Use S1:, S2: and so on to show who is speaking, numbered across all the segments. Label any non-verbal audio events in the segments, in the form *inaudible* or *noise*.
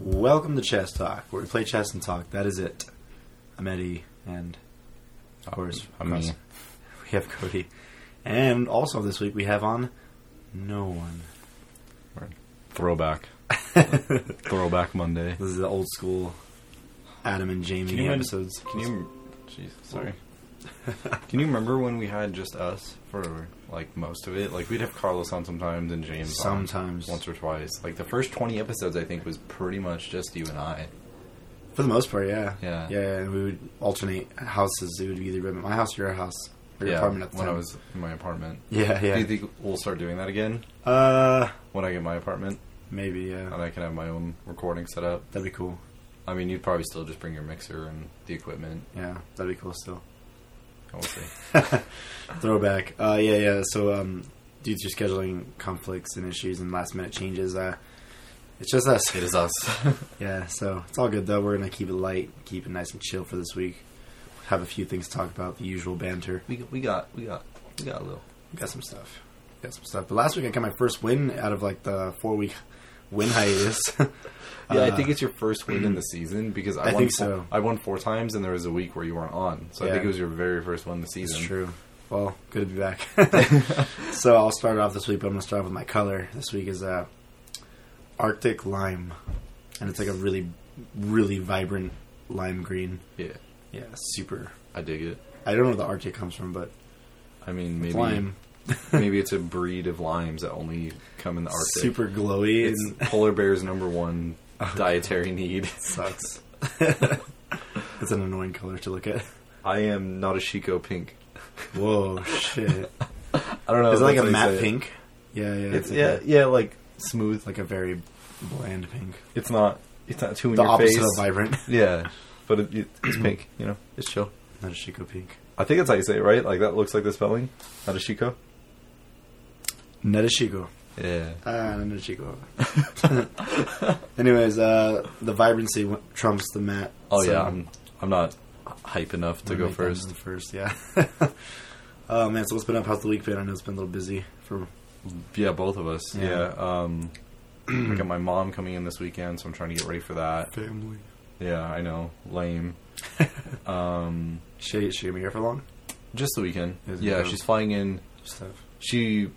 S1: Welcome to Chess Talk, where we play chess and talk. That is it. I'm Eddie, and of course,
S2: Oh, I'm
S1: of
S2: me.
S1: course, *laughs* we have Cody. And also this week we have on no one. *laughs*
S2: Throwback. Throwback Monday.
S1: This is the old school Adam and Jamie
S2: Can you imagine-
S1: episodes.
S2: Can you? Jeez, *laughs* sorry. Can you remember when we had just us for like most of it? Like we'd have Carlos on sometimes and James on
S1: Sometimes.
S2: um, once or twice. Like the first twenty episodes, I think was pretty much just you and I.
S1: For the most part, yeah.
S2: Yeah.
S1: Yeah, and we would alternate houses. It would be either been at my house or your house. Or your
S2: yeah,
S1: apartment at the
S2: when
S1: time.
S2: I was in my apartment.
S1: *laughs* yeah,
S2: Do
S1: yeah.
S2: you think we'll start doing that again
S1: uh,
S2: when I get my apartment
S1: maybe, yeah.
S2: and I can have my own recording set up?
S1: That'd be cool.
S2: I mean, you'd probably still just bring your mixer and the equipment.
S1: Yeah, that'd be cool still.
S2: I would say.
S1: Throwback. Uh, yeah, yeah. So, um, due to scheduling conflicts and issues and last minute changes, uh, it's just us.
S2: It is us.
S1: Yeah, so it's all good though. We're gonna keep it light, keep it nice and chill for this week. Have a few things to talk about, the usual banter.
S2: *laughs* we we got we got we got a little.
S1: We got some stuff. We got some stuff. But last week I got my first win out of like the four week win hiatus. *laughs*
S2: Yeah, I
S1: Uh,
S2: think it's your first win in the season because I,
S1: I
S2: won
S1: think
S2: four,
S1: so.
S2: I won four times, and there was a week where you weren't on, so I
S1: Yeah.
S2: think it was your very first win this
S1: It's
S2: season.
S1: true. Well, good to be
S2: *laughs*
S1: back. *laughs* so I'll start off this week, but I'm gonna start off with my color. This week is uh, Arctic Lime, and it's like a really, really vibrant lime green.
S2: Yeah,
S1: Yeah, super.
S2: I dig it.
S1: I don't know where the Arctic comes from, but
S2: I mean, maybe
S1: lime,
S2: *laughs*
S1: *laughs*
S2: maybe it's a breed of limes that only come in the Arctic.
S1: super Oh. glowy
S2: It's
S1: and
S2: polar bear's
S1: *laughs*
S2: number one dietary need. *laughs*
S1: sucks. it's an annoying color to look at.
S2: I am not a Chico pink.
S1: Whoa,
S2: *laughs*
S1: shit!
S2: I don't know.
S1: Is it like
S2: if
S1: a
S2: Oh, that's how you
S1: matte
S2: say it.
S1: pink? Yeah, yeah,
S2: It's,
S1: like
S2: yeah,
S1: a,
S2: yeah, like smooth. Like
S1: like a very bland pink.
S2: it's not. It's not too in
S1: the
S2: your
S1: opposite
S2: face.
S1: of vibrant. *laughs*
S2: yeah, but it, it- it's pink. You know, it's chill.
S1: Not a Chico pink.
S2: I think that's how you say it, right? Like that looks like the spelling. Not a Chico.
S1: Not a Chico.
S2: Yeah.
S1: Ah, no Chico. *laughs* Anyways, uh, the vibrancy w- trumps the matte.
S2: Oh
S1: so
S2: yeah, I'm I'm not hype enough to
S1: I'm
S2: go
S1: gonna make
S2: first.
S1: them First, yeah. *laughs* oh man, so what's been up? How's the week been? I know it's been a little busy for
S2: Yeah, both of us.
S1: Yeah.
S2: Yeah. Um, I
S1: *clears throat*
S2: got my mom coming in this weekend, so I'm trying to get ready for that.
S1: family.
S2: Yeah, I know, lame. um,
S1: She she gonna be here for long?
S2: just the weekend.
S1: Is it
S2: yeah,
S1: dope?
S2: she's flying in.
S1: Stuff.
S2: She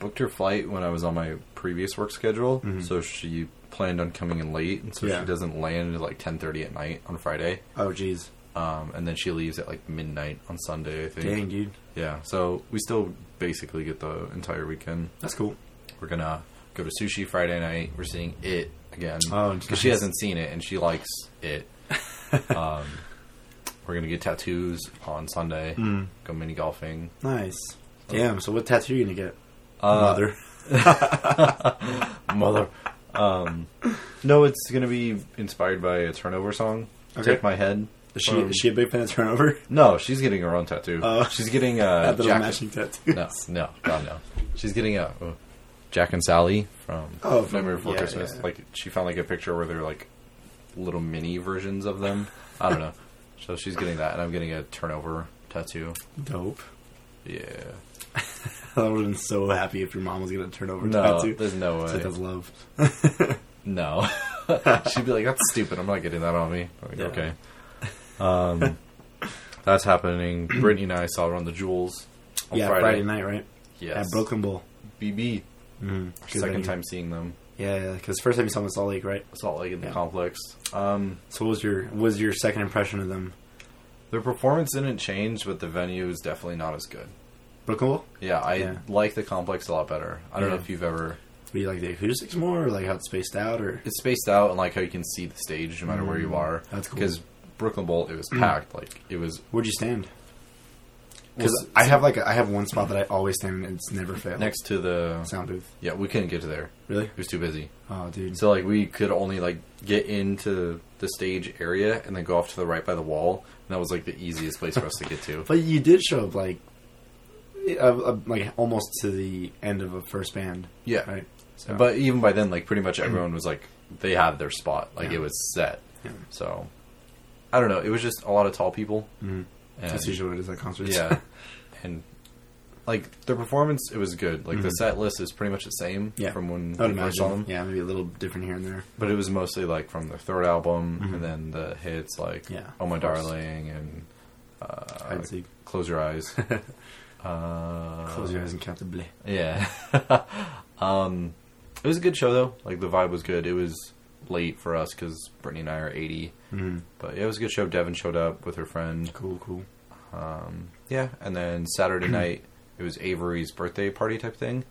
S2: booked her flight when I was on my previous work schedule,
S1: Mhm.
S2: so she planned on coming in late, and so
S1: Yeah.
S2: she doesn't land until like 10:30 at night on Friday.
S1: Oh jeez,
S2: Um, and then she leaves at like midnight on Sunday, I think.
S1: dang dude,
S2: Yeah, so we still basically get the entire weekend.
S1: that's cool.
S2: We're gonna go to sushi Friday night. We're seeing it again
S1: Oh,
S2: because she
S1: nice.
S2: hasn't seen it and she likes *laughs* it. um, we're gonna get tattoos on Sunday.
S1: Mm.
S2: Go mini golfing.
S1: Nice. Damn. So what tattoo are you gonna get?
S2: Oh. Uh,
S1: Mother. *laughs*
S2: mother. Um, no, it's gonna be inspired by a turnover song.
S1: Okay.
S2: Take my head.
S1: Is she
S2: um,
S1: is she a big fan of
S2: *laughs*
S1: turnover?
S2: No, she's getting her own tattoo.
S1: Oh.
S2: she's
S1: *laughs*
S2: getting uh,
S1: That little
S2: Jack.
S1: matching tattoo.
S2: No, no, God no. She's getting a uh, Jack and Sally from
S1: Oh,
S2: oh,
S1: from-
S2: Nightmare Before
S1: yeah,
S2: Christmas.
S1: yeah.
S2: Like she found like a picture where they're like little mini versions of them. I don't know. So she's getting that, and I'm getting a turnover tattoo.
S1: *laughs* Dope.
S2: Yeah.
S1: *laughs* I would have been so happy if your mom was gonna turn over
S2: No,
S1: tattoo.
S2: there's no
S1: So that's
S2: way.
S1: love.
S2: No. *laughs* She'd be like, "That's stupid. I'm not getting that on me." I'm like,
S1: Yeah.
S2: Okay. Um,
S1: *clears throat*
S2: that's happening. Brittany and I saw her on the Jewels on
S1: yeah, Friday.
S2: Friday.
S1: night, right?
S2: Yes.
S1: At Broken Bowl.
S2: BB.
S1: Mm,
S2: Mm-hmm. Second time seeing them.
S1: Yeah, because first time you saw them was Salt Lake, right?
S2: Salt Lake in the
S1: Yeah.
S2: complex. Um,
S1: So what was your what was your second impression of them?
S2: Their performance didn't change, but the venue is definitely not as good.
S1: Broken Bowl?
S2: Yeah, I
S1: Yeah.
S2: like the complex a lot better. I don't know
S1: Yeah.
S2: if you've ever.
S1: Were you like the acoustics more, or like how it's spaced out, or
S2: It's spaced out and like how you can see the stage no matter where you are.
S1: Mm, that's cool. Mm.
S2: Because Brooklyn Bowl, it was packed. Like it was.
S1: where'd you stand?
S2: was
S1: Because I have like a, I have one spot that I always stand and it's never failed.
S2: next to the.
S1: sound booth,
S2: Yeah, we couldn't get to there.
S1: really?
S2: It was too busy.
S1: Oh, dude.
S2: So like we could only like get into the stage area and then go off to the right by the wall, and that was like the easiest place for us to
S1: *laughs*
S2: get to.
S1: but you did show up like, uh, uh, like almost to the end of a first band,
S2: Yeah.
S1: right? So,
S2: But even by then, like
S1: *clears throat*
S2: pretty much everyone was like they had their spot, like
S1: Yeah.
S2: it was set.
S1: Yeah.
S2: So I don't know. It was just a lot of tall people.
S1: Mhm.
S2: And,
S1: that's usually what it is at concerts.
S2: yeah, and like the performance, it was good. Like the set list is pretty much the same
S1: Mm-hmm. Yeah.
S2: from when
S1: *laughs* I would
S2: we first saw
S1: imagine.
S2: them.
S1: Yeah, maybe a little different here and there.
S2: But it was mostly like from their third album, and then the hits like
S1: Mm-hmm. Yeah,
S2: "Oh My
S1: of course.
S2: Darling" and uh,
S1: I'd say
S2: "Close Your Eyes." uh,
S1: close your eyes and count the bleh.
S2: Yeah. *laughs* um, it was a good show though. Like the vibe was good. It was late for us because Brittany and I are 80.
S1: Mm-hmm.
S2: But yeah, it was a good show. Devin showed up with her friend.
S1: Cool, cool.
S2: Um, yeah, and then Saturday night it was Avery's birthday party
S1: *laughs*
S2: type thing,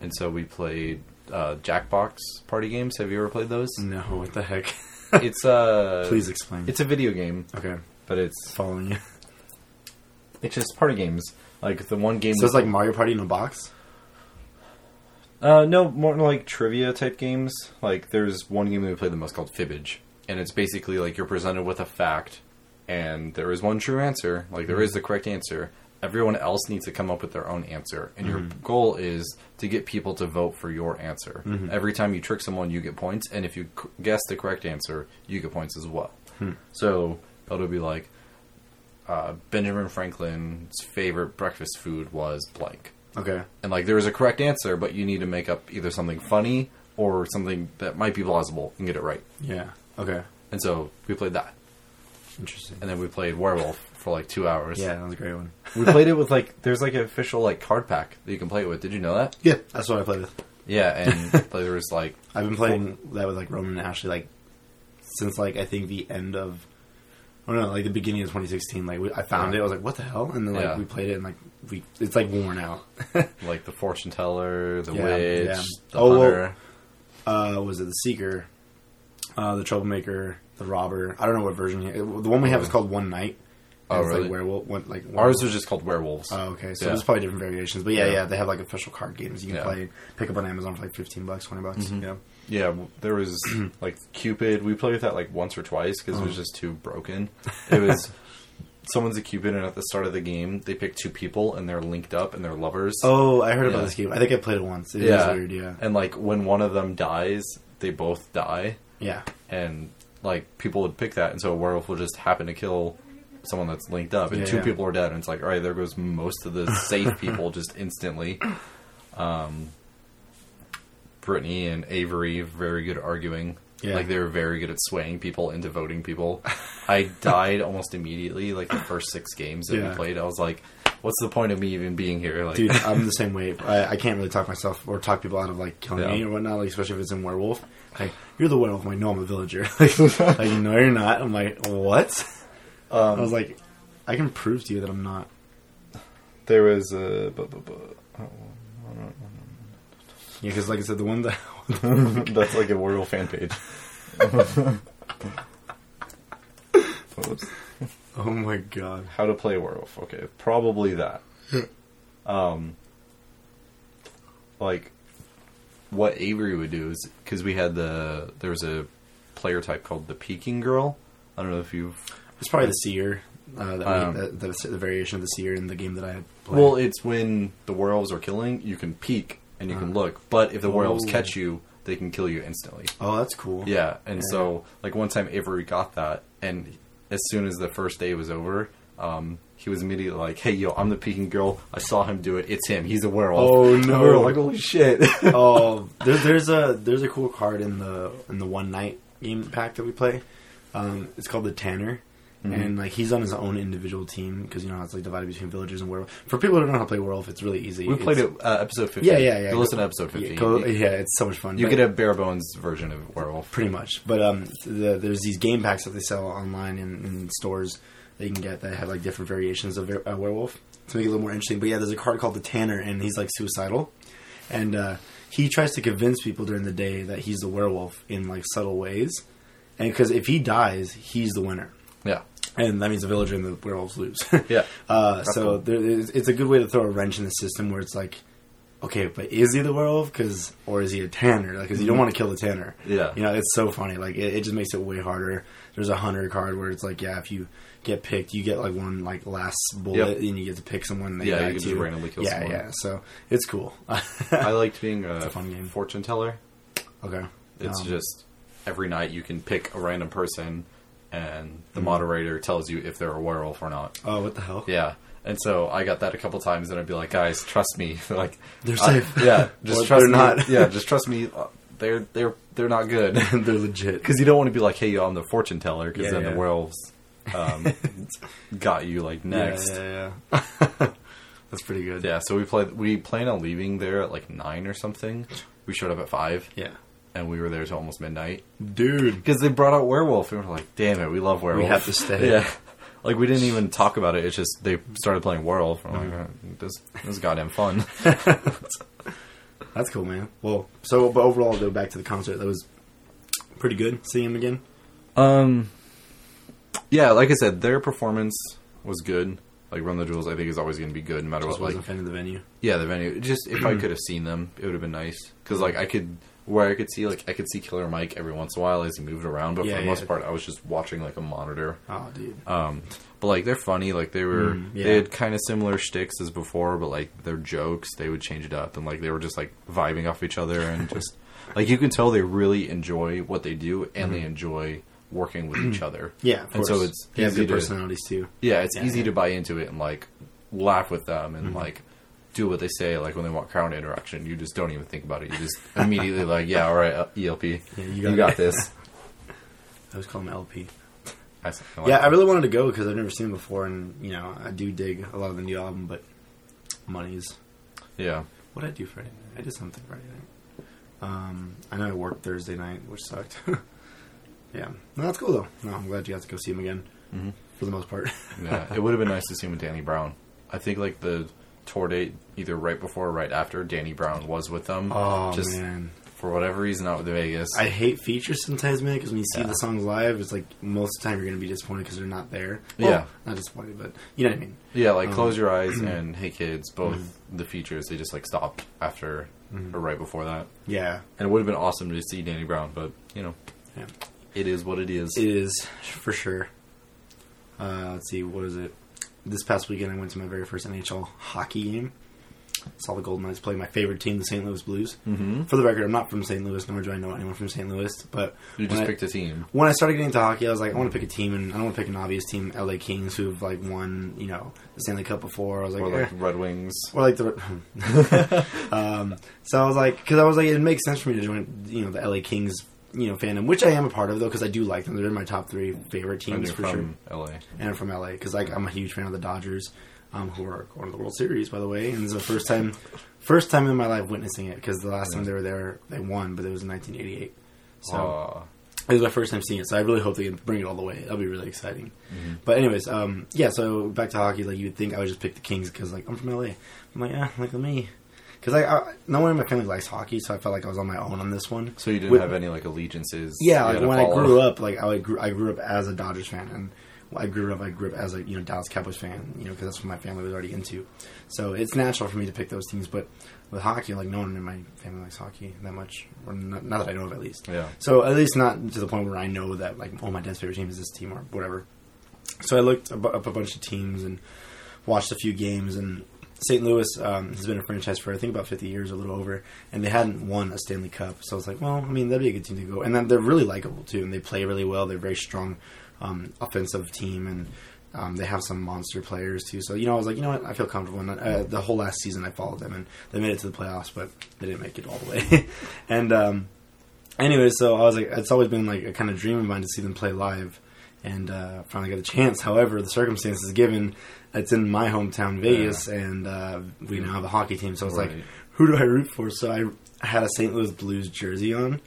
S2: and so we played uh, Jackbox party games. Have you ever played those?
S1: No, what the heck? *laughs*
S2: It's uh,
S1: Mm. Please explain.
S2: It's a video game,
S1: okay,
S2: but it's
S1: following you. *laughs*
S2: it's just party games. Like the one game
S1: So it's like Mario Party in a box.
S2: Uh, no, more like trivia type games. Like there's one game that we played the most called Fibbage, and it's basically like you're presented with a fact, and there is one true answer. Like there is the correct answer. Everyone else needs to come up with their own answer, and your goal is to get people to vote for your answer. Every time you trick someone, you get points, and if you c- guess the correct answer, you get points as well. So it'll be like uh, Benjamin Franklin's favorite breakfast food was blank
S1: Okay,
S2: and like there is a correct answer, but you need to make up either something funny or something that might be plausible and get it right.
S1: yeah. Okay,
S2: And so we played that,
S1: interesting.
S2: and then we played Werewolf for like two hours.
S1: Yeah, that was a great one.
S2: *laughs* we played it with like there's like an official like card pack that you can play it with. Did you know that?
S1: Yeah, that's what I played with.
S2: Yeah,
S1: *laughs*
S2: and like, there was like
S1: I've been playing that with like Roman and Ashley like since like I think the end of I don't know like the beginning of 2016. Like we, I found it, I was like, what the hell? And then like
S2: Yeah.
S1: we played it and like we it's like worn out.
S2: like the fortune teller, the
S1: Yeah,
S2: witch,
S1: yeah.
S2: the
S1: Oh, well-
S2: hunter.
S1: uh, was it the Seeker, uh, the Troublemaker, the Robber? I don't know what version. He, the one we have is called One Night.
S2: Oh,
S1: And it's
S2: really?
S1: Like werewolf. One, like
S2: Ours was just called werewolves.
S1: Oh, okay. So
S2: Yeah.
S1: there's probably different variations, but yeah,
S2: Yeah.
S1: yeah, they have like official card games you can
S2: Yeah. Mm-hmm.
S1: play. Pick up on Amazon for like fifteen bucks, twenty bucks. Yeah.
S2: Yeah, w- there was *clears throat* like Cupid. We played with that like once or twice because it
S1: Oh.
S2: was just too broken.
S1: *laughs*
S2: It was someone's a Cupid, and at the start of the game, they pick two people and they're linked up and they're lovers.
S1: Oh, I heard
S2: Yeah.
S1: about this game. I think I played it once. It
S2: yeah,
S1: was weird. Yeah.
S2: And like when one of them dies, they both die,
S1: Yeah.
S2: and like people would pick that, and so a werewolf will just happen to kill someone that's linked up, and
S1: Yeah,
S2: two
S1: yeah.
S2: people are dead, and it's like, all right, there goes most of
S1: *laughs*
S2: the safe people just instantly. Um, Brittany and Avery very good at arguing.
S1: Yeah.
S2: Like they were very good at swaying people into voting people. I
S1: *laughs*
S2: died almost immediately. Like the first six games that
S1: Yeah.
S2: we played, I was like, "What's the point of me even being here?" Like,
S1: Dude, I'm the same way. I, I can't really talk myself or talk people out of like killing
S2: Yeah.
S1: me or whatnot, like, especially if it's in werewolf. Like, you're the werewolf. I'm like, no, I'm a villager. *laughs* like, no, you're not. I'm like, what?
S2: Um,
S1: I was like, I can prove to you that I'm not.
S2: there was a. bu- bu- bu-
S1: Yeah, because like I said, the one that *laughs*
S2: *laughs* That's like a Warrior fan page. Oops.
S1: oh my god,
S2: How to play werewolf? Okay, probably that. Um, like what Avery would do is because we had the there was a player type called the Peking Girl. I don't know if you've.
S1: it's probably the seer. Uh, that
S2: Um,
S1: we, the, the, the variation of the seer in the game that I had played.
S2: Well, it's when the werewolves are killing, you can peek and you can look, but if the werewolves
S1: Ooh.
S2: catch you, they can kill you instantly.
S1: oh, that's cool.
S2: Yeah, and
S1: Yeah.
S2: so like one time Avery got that, and as soon as the first day was over, um, he was immediately like, "Hey, yo, I'm the peeking girl. I saw him do it. It's him. He's a werewolf."
S1: Oh,
S2: And we
S1: no.
S2: were like,
S1: *laughs*
S2: "Holy shit!"
S1: *laughs* oh, there's there's a there's a cool card in the in the one night game pack that we play. Um, it's called the Tanner,
S2: Mm-hmm.
S1: and like he's on his own individual team because you know how it's like divided between villagers and werewolf. For people who don't know how to play werewolf, it's really easy.
S2: we played
S1: It's-
S2: it uh, episode fifty.
S1: Yeah, yeah, yeah.
S2: Go listen to episode
S1: Yeah,
S2: fifty.
S1: go-
S2: you
S1: yeah, it's so much fun.
S2: you
S1: but-
S2: get a bare bones version of werewolf.
S1: pretty much. But um, the, there's these game packs that they sell online in, in stores that you can get that have like different variations of a werewolf to make it a little more interesting. But yeah, there's a card called the Tanner, and he's like suicidal, and uh, he tries to convince people during the day that he's the werewolf in like subtle ways, and because if he dies, he's the winner.
S2: Yeah,
S1: And that means the villager and the werewolves lose. *laughs*
S2: Yeah.
S1: Uh,
S2: That's
S1: so
S2: cool.
S1: there, it's it's a good way to throw a wrench in the system where it's like, okay, but is he the werewolf? Cause, or is he a tanner? Because you don't want to kill the tanner.
S2: Mm-hmm. Yeah.
S1: You know, it's so funny. Like, it, it just makes it way harder. There's a hunter card where it's like, yeah, if you get picked, you get like one like last bullet
S2: Yep.
S1: and you get to pick someone. And they
S2: Yeah,
S1: die
S2: you can just
S1: too.
S2: randomly kill
S1: yeah,
S2: someone.
S1: Yeah, So it's cool. *laughs*
S2: I liked being a,
S1: a fun game.
S2: fortune teller.
S1: okay.
S2: It's
S1: Um,
S2: just every night you can pick a random person and
S1: Hmm.
S2: the moderator tells you if they're a werewolf or not.
S1: Oh, what the hell?
S2: Yeah. And so I got that a couple times, and I'd be like, "Guys, trust me. *laughs* like
S1: They're
S2: I-
S1: safe. *laughs*
S2: yeah, just
S1: Or
S2: trust
S1: they're
S2: me.
S1: not.
S2: yeah,
S1: *laughs*
S2: just trust me. Uh, They're they're they're not
S1: *laughs*
S2: good *laughs*
S1: They're legit.
S2: because you don't want to be like, "Hey, yo, I'm the fortune teller," because
S1: Yeah,
S2: then
S1: yeah.
S2: the werewolves
S1: *laughs*
S2: um, got you like
S1: Yeah,
S2: next. Yeah,
S1: Yeah, yeah. *laughs* That's pretty good.
S2: so we played. We plan on leaving there at like nine or something. We showed up at five,
S1: Yeah.
S2: and we were there till almost midnight
S1: Dude.
S2: because they brought out werewolf, and we were like, "Damn it, we love werewolf.
S1: have to stay.
S2: *laughs* Yeah. Like we didn't even talk about it. It's just they started playing werewolf. and I'm like,
S1: Mm-hmm.
S2: "Uh, this this is goddamn fun.
S1: That's cool, man. Well, so, but overall, though, back to the concert, that was pretty good seeing him again.
S2: Um, yeah, like I said, their performance was good. Like Run the Jewels, I think is always going to be good no matter
S1: Just
S2: what. Like,
S1: wasn't a fan of the venue.
S2: yeah, the venue. It Just if I
S1: Mm-hmm.
S2: could have seen them, it would have been nice because like I could where I could see like I could see Killer Mike every once in a while as he moved around, but
S1: Yeah,
S2: for the most
S1: yeah.
S2: part, I was just watching like a monitor.
S1: Oh, dude.
S2: Um, but like they're funny, like they were
S1: Mm, yeah.
S2: they had kind of similar shticks as before, but like their jokes they would change it up and like they were just like vibing off each other and
S1: *laughs*
S2: just like you can tell they really enjoy what they do and they enjoy working with
S1: *clears throat*
S2: each other.
S1: Mm-hmm. yeah, of
S2: and
S1: course.
S2: so it's
S1: they have
S2: easy
S1: good
S2: to-
S1: personalities, too.
S2: Yeah, it's
S1: Yeah,
S2: easy
S1: yeah. Mm-hmm.
S2: to buy into it and like laugh with them and like do what they say. Like when they want crowd interaction, you just don't even think about it. You just *laughs* immediately like, yeah, all right, uh, ELP,
S1: Yeah,
S2: you
S1: you
S2: got,
S1: got it. *laughs*
S2: this.
S1: I was calling him LP.
S2: I s- I like
S1: Yeah, I
S2: that.
S1: really wanted to go because I've never seen him before, and, you know, I do dig a lot of the new album, but money's.
S2: yeah.
S1: What did I do Friday night? I did something Friday night. Um, I know I worked Thursday night, which sucked. *laughs* yeah. No, that's cool, though. No, I'm glad you got to go see him again,
S2: Mhm.
S1: for the most part.
S2: yeah, it would have been nice to see him with Danny Brown. I think like the tour date, either right before or right after, Danny Brown was with them.
S1: *laughs* oh,
S2: just
S1: man.
S2: for whatever reason, out with Vegas.
S1: I hate features sometimes, man, because when you see
S2: Yeah.
S1: the songs live, it's like most of the time you're going to be disappointed because they're not there.
S2: Yeah.
S1: Not disappointed, but you know what I mean.
S2: yeah, like
S1: um, Mm-hmm.
S2: Close Your Eyes and Hey Kids, both the features, they just like stopped after or right before that.
S1: Yeah.
S2: And it would have been awesome to see Danny Brown, but you know,
S1: Yeah.
S2: it is what it is.
S1: It is, for sure. Uh, let's see, what is it? This past weekend, I went to my very first NHL hockey game. Saw the Golden Knights play my favorite team, the St. Louis Blues.
S2: Mhm.
S1: For the record, I'm not from St. Louis, nor do I know anyone from St. Louis. But
S2: You
S1: when
S2: just
S1: I-
S2: picked a team.
S1: when I started getting into hockey, I was like, I want to pick a team, and I don't want to pick an obvious team, LA Kings, who've like won, you know, the Stanley Cup before. I was like,
S2: Or
S1: eh.
S2: like Red Wings.
S1: Or like the, *laughs* um, so I was like, because I was like, it makes sense for me to join, you know, the LA Kings, you know, fandom, which I am a part of though, because I do like them. They're in my top three favorite
S2: And
S1: teams
S2: you're
S1: for sure,
S2: from LA.
S1: and I'm from LA because like I'm a huge fan of the Dodgers, um, who are going to the World Series by the way, and it's the first time, first time in my life witnessing it because the last time they were there, they won, but it was in 1988. So
S2: Uh,
S1: it was my first time seeing it, so I really hope they can bring it all the way. That'll be really exciting. But anyways, um, yeah. So back to hockey, like you'd think I would just pick the Kings because like I'm from LA. I'm like, yeah, like me, because I, I no one in my family likes hockey, so I felt like I was on my own on this one.
S2: so you didn't
S1: With-
S2: have any like allegiances.
S1: Yeah,
S2: you
S1: like
S2: had to
S1: when I
S2: follow?
S1: grew up, like I like, grew, I grew up as a Dodgers fan, and when I grew up, I grew up as a you know Dallas Cowboys fan, you know, because that's what my family was already into. So it's natural for me to pick those teams. But with hockey, like no one in my family likes hockey that much, or not, not that I know of at least.
S2: Yeah.
S1: So at least not to the point where I know that like oh my dad's favorite team is this team or whatever. So I looked ab- up a bunch of teams and watched a few games and. St. Louis um, has been a franchise for I think about 50 years, a little over, and they hadn't won a Stanley Cup. So I was like, well, I mean, that'd be a good team to go. And then they're really likable too, and they play really well. They're a very strong um, offensive team, and um, they have some monster players too. So you know, I was like, you know what, I feel comfortable. And uh, the whole last season, I followed them, and they made it to the playoffs, but they didn't make it all the way. *laughs* and um, anyway, so I was like, it's always been like a kind of dream of mine to see them play live, and uh, finally got the chance. However, the circumstances given, it's in my hometown, Vegas, and uh, we now have a hockey team. So it's
S2: Right.
S1: like, who do I root for? So I had a St. Louis Blues jersey on,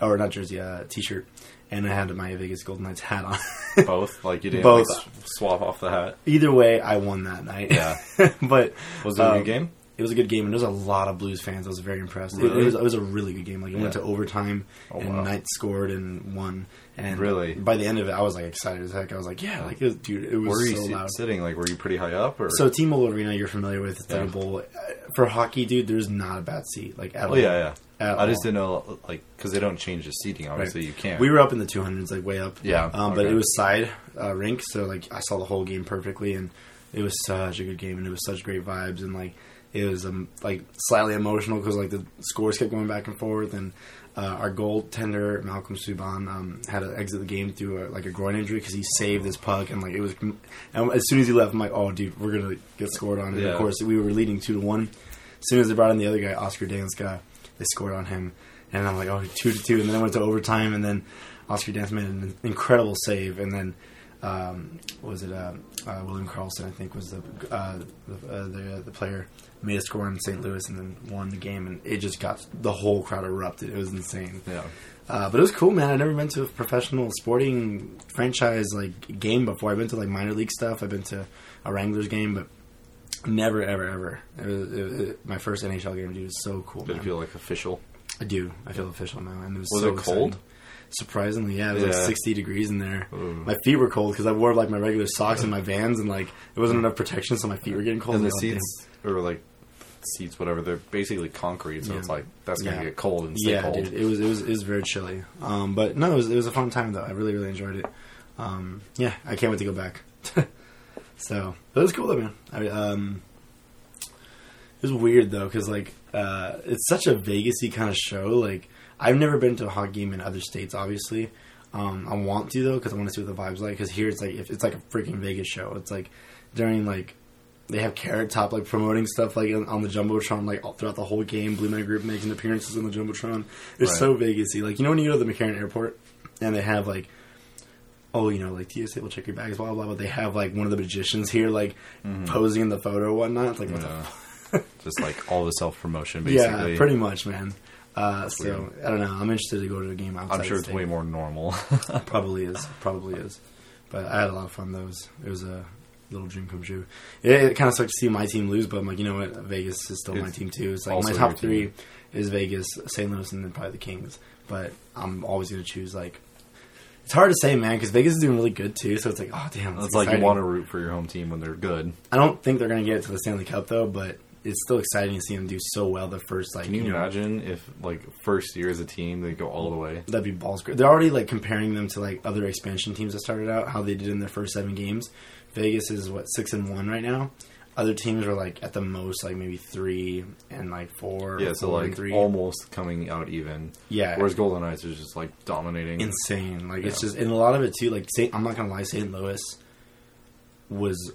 S1: or not jersey, uh, t-shirt, and I had my Vegas Golden Knights hat on.
S2: *laughs*
S1: *laughs*
S2: Both, like you didn't
S1: Both.
S2: Like, s- swap off the hat.
S1: Either way, I won that night.
S2: Yeah.
S1: *laughs* but
S2: Was it a
S1: um,
S2: good game?
S1: It was a good game, and there was a lot of Blues fans. I was very impressed. It- It,
S2: Really?
S1: was, it was a really good game. Like it went
S2: Yeah.
S1: to overtime,
S2: Oh,
S1: and
S2: wow.
S1: Knight scored and won. And
S2: Really?
S1: by the end of it, I was like excited as heck. I was like, yeah, like it was, dude, it
S2: Where were
S1: was
S2: you
S1: so
S2: sit-
S1: loud.
S2: sitting? Like, were you pretty high up? Or
S1: So T-Mobile Arena, you're familiar with, it's like
S2: Yeah.
S1: a bowl. Uh, For hockey, dude, there's not a bad seat. Like at
S2: Oh
S1: all.
S2: yeah, yeah.
S1: At
S2: I just
S1: all.
S2: didn't know, like, because they don't change the seating.
S1: Right.
S2: Obviously, you can't.
S1: We were up in the 200s, like way up.
S2: Yeah,
S1: Um, But
S2: okay.
S1: it was side uh, rink, so like I saw the whole game perfectly, and it was such a good game, and it was such great vibes, and like It was um, like slightly emotional because like the scores kept going back and forth, and uh, our goaltender Malcolm Subban um, had to exit the game through a, like a groin injury because he saved this puck, and like it was. And as soon as he left, I'm like, oh, dude, we're gonna get scored on. And
S2: Yeah.
S1: of course, we were leading two to one. As soon as they brought in the other guy, Oscar Danska, they scored on him, and I'm like, oh, two to two, and then it went to overtime, and then Oscar Danska made an incredible save, and then um, what was it uh, uh, William Carlson? I think was the uh, the, uh, the, the player made a score in St. Louis, and then won the game, and it just got the whole crowd erupted. It was insane.
S2: Yeah.
S1: Uh, but it was cool, man. I never been to a professional sporting franchise like game before. I've been to like minor league stuff. I've been to a Wranglers game, but never, ever, ever. It was, it, it, my first NHL game, dude, was so cool.
S2: Did
S1: Man.
S2: it feel like official?
S1: I do. I feel official now, and it was,
S2: Was
S1: so
S2: it cold?
S1: exciting. Surprisingly, yeah, it was
S2: Yeah.
S1: like sixty degrees in there.
S2: Ooh.
S1: My feet were cold because I wore like my regular socks and my Vans, and like it wasn't enough protection, so my feet were getting cold.
S2: And the
S1: I'm like,
S2: seats or like seats, whatever. They're basically concrete, so
S1: Yeah.
S2: it's like that's gonna
S1: Yeah.
S2: get cold and stay
S1: yeah,
S2: cold.
S1: dude, it was it was it was very chilly. Um, but no, it was it was a fun time though. I really really enjoyed it. Um, yeah, I can't wait to go back. *laughs* so but it was cool though, man. I, um, it was weird though because like uh, it's such a Vegasy kind of show. Like I've never been to a hockey game in other states, obviously. Um, I want to though because I want to see what the vibes like. Because here it's like if it's like a freaking Vegas show. It's like during like they have Carrot Top like promoting stuff like on on the jumbotron like all throughout the whole game. Blue Man Group making appearances on the jumbotron. It's
S2: Right.
S1: so Vegasy. Like you know when you go to the McCarran Airport and they have like oh, you know, like TSA will check your bags, blah blah. blah. But they have like one of the magicians here, like posing in the photo, and whatnot. It's like, what the
S2: Mm-hmm. Yeah.
S1: f-
S2: *laughs* Just like all the self promotion, basically.
S1: yeah, pretty much, man. Uh, so
S2: weird.
S1: I don't know. I'm interested to go to a game outside.
S2: I'm sure
S1: the
S2: it's way
S1: stadium.
S2: more normal. *laughs*
S1: *laughs* Probably is. Probably is. But I had a lot of fun. That was it was a little dream come true. It, it kind of sucked to see my team lose, but I'm like, you know what? Vegas is still my
S2: It's
S1: team too. It's like
S2: also
S1: my
S2: your
S1: top
S2: team.
S1: three is Vegas, St. Louis, and then probably the Kings. But I'm always going to choose like. It's hard to say, man, because Vegas is doing really good too. So it's like, oh damn,
S2: it's like you
S1: exciting.
S2: want to root for your home team when they're good.
S1: I don't think they're going to get to the Stanley Cup though, but it's still exciting to see them do so well the first like
S2: Can you
S1: you know,
S2: imagine if like first year as a team they go all the way?
S1: that'd be balls. great. They're already like comparing them to like other expansion teams that started out how they did in their first seven games. Vegas is what six and one right now. Other teams are like at the most like maybe three and like four.
S2: Yeah, so
S1: four and
S2: like
S1: three.
S2: almost coming out even.
S1: yeah,
S2: Whereas Golden Knights is just like dominating.
S1: insane. Like it's
S2: Yeah.
S1: just and a lot of it too. Like Saint, I'm not gonna lie, St. Louis was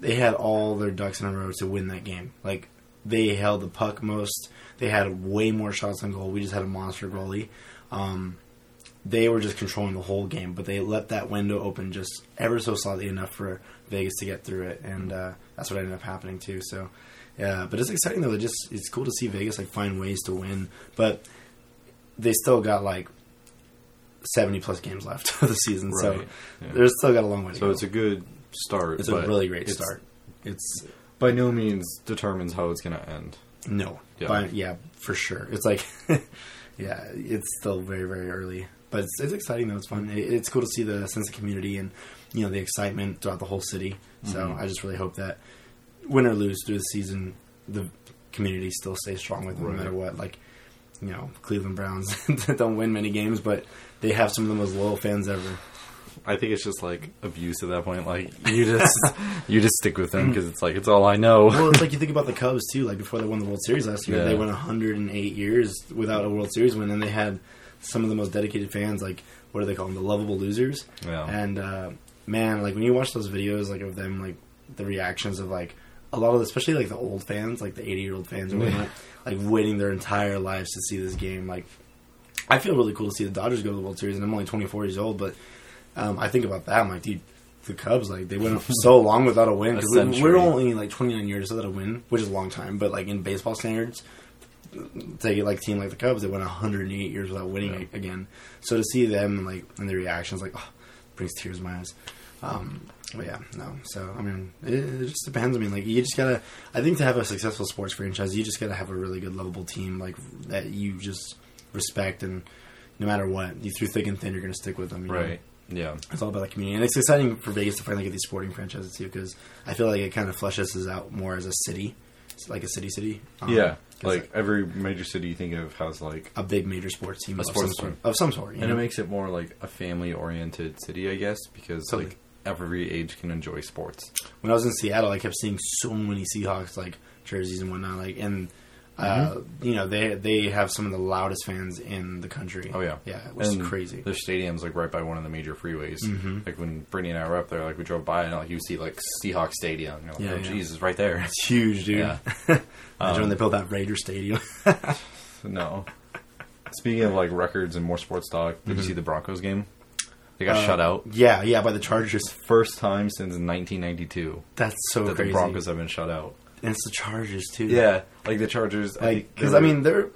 S1: they had all their ducks in a row to win that game. Like they held the puck most. They had way more shots on goal. We just had a monster goalie. Um, they were just controlling the whole game, but they let that window open just ever so slightly enough for Vegas to get through it, and uh, that's what ended up happening too. So, yeah, but it's exciting though. It just it's cool to see Vegas like find ways to win, but they still got like seventy plus games left *laughs* of the season, so
S2: Right, yeah.
S1: there's still got a long way to
S2: So
S1: go.
S2: it's a good start.
S1: It's a
S2: but
S1: really great
S2: it's-
S1: start. It's
S2: By no means determines how it's going to end.
S1: no,
S2: Yeah.
S1: But, yeah, for sure. It's like, *laughs* yeah, it's still very very early, but it's, it's exciting though. It's fun. It, it's cool to see the sense of community and you know the excitement throughout the whole city. So
S2: Mm-hmm.
S1: I just really hope that win or lose through the season, the community still stays strong with them
S2: Right.
S1: no matter what. Like. You know, Cleveland Browns *laughs* don't win many games, but they have some of the most loyal fans ever.
S2: I think it's just like abuse at that point. Like
S1: *laughs*
S2: you just you just stick with them because it's like it's all I know.
S1: Well, it's
S2: *laughs*
S1: like you think about the Cubs too. Like before they won the World Series last year,
S2: Yeah.
S1: they went 108 years without a World Series win, and they had some of the most dedicated fans. Like what do they call them? The lovable losers.
S2: Yeah.
S1: And uh, man, like when you watch those videos, like of them, like the reactions of like a lot of, especially like the old fans, like the 80 year old fans, and
S2: Yeah.
S1: whatnot, like waiting their entire lives to see this game. Like I feel really cool to see the Dodgers go to the World Series, and I'm only 24 years old, but um, I think about that. I'm like, dude, the Cubs, like they went
S2: *laughs*
S1: so long without a win.
S2: A
S1: 'Cause we-
S2: century.
S1: we're only like 29 years without a win, which is a long time, but like in baseball standards, take it like a team like the Cubs, they went 108 years without winning
S2: Yeah.
S1: a- again. So to see them like and their reactions, like oh, brings tears to my eyes. Um, but yeah, no. So I mean, it, it just depends. I mean, like you just gotta. I think to have a successful sports franchise, you just gotta have a really good, lovable team like that you just respect, and no matter what, you through thick and thin, you're gonna stick with them. you know?
S2: Right. Yeah.
S1: It's all about the community, and it's exciting for Vegas to finally get these sporting franchises too, because I feel like it kind of fleshes us out more as a city, It's like a city city. Um,
S2: Yeah.
S1: 'cause
S2: Like every major city you think of has like
S1: a big major sports team
S2: A
S1: of
S2: sports
S1: some sort.
S2: team.
S1: Of some sort, you
S2: and it
S1: know?
S2: makes it more like a family oriented city, I guess, because
S1: Totally.
S2: like every age can enjoy sports.
S1: when I was in Seattle, I kept seeing so many Seahawks like jerseys and whatnot. Like, and uh,
S2: Mm-hmm.
S1: you know they they have some of the loudest fans in the country.
S2: Oh yeah,
S1: yeah, which
S2: And
S1: is crazy.
S2: Their stadium's like right by one of the major freeways.
S1: Mm-hmm.
S2: Like when Brittany and I were up there, like we drove by and like you see like Seahawks Stadium. You're like,
S1: Yeah,
S2: oh,
S1: yeah.
S2: jeez, it's
S1: *laughs*
S2: right there.
S1: It's huge, dude.
S2: Yeah. Um,
S1: Imagine when they built that Raider Stadium. *laughs*
S2: no. Speaking of like records and more sports talk, did you
S1: Mm-hmm.
S2: see the Broncos game? They got
S1: Uh,
S2: shut out
S1: yeah, yeah, by the Chargers.
S2: first time since 1992
S1: That's so
S2: that
S1: crazy.
S2: the Broncos have been shut out.
S1: And it's the Chargers too.
S2: Yeah, like the Chargers. I
S1: like
S2: think they
S1: because I
S2: were-
S1: mean they're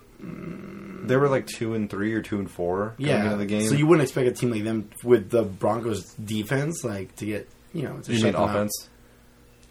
S2: they were like two and three or two and four. coming
S1: yeah.
S2: into the game.
S1: So you wouldn't expect a team like them with the Broncos defense like to get you know to
S2: You
S1: shut
S2: mean
S1: them out.
S2: offense?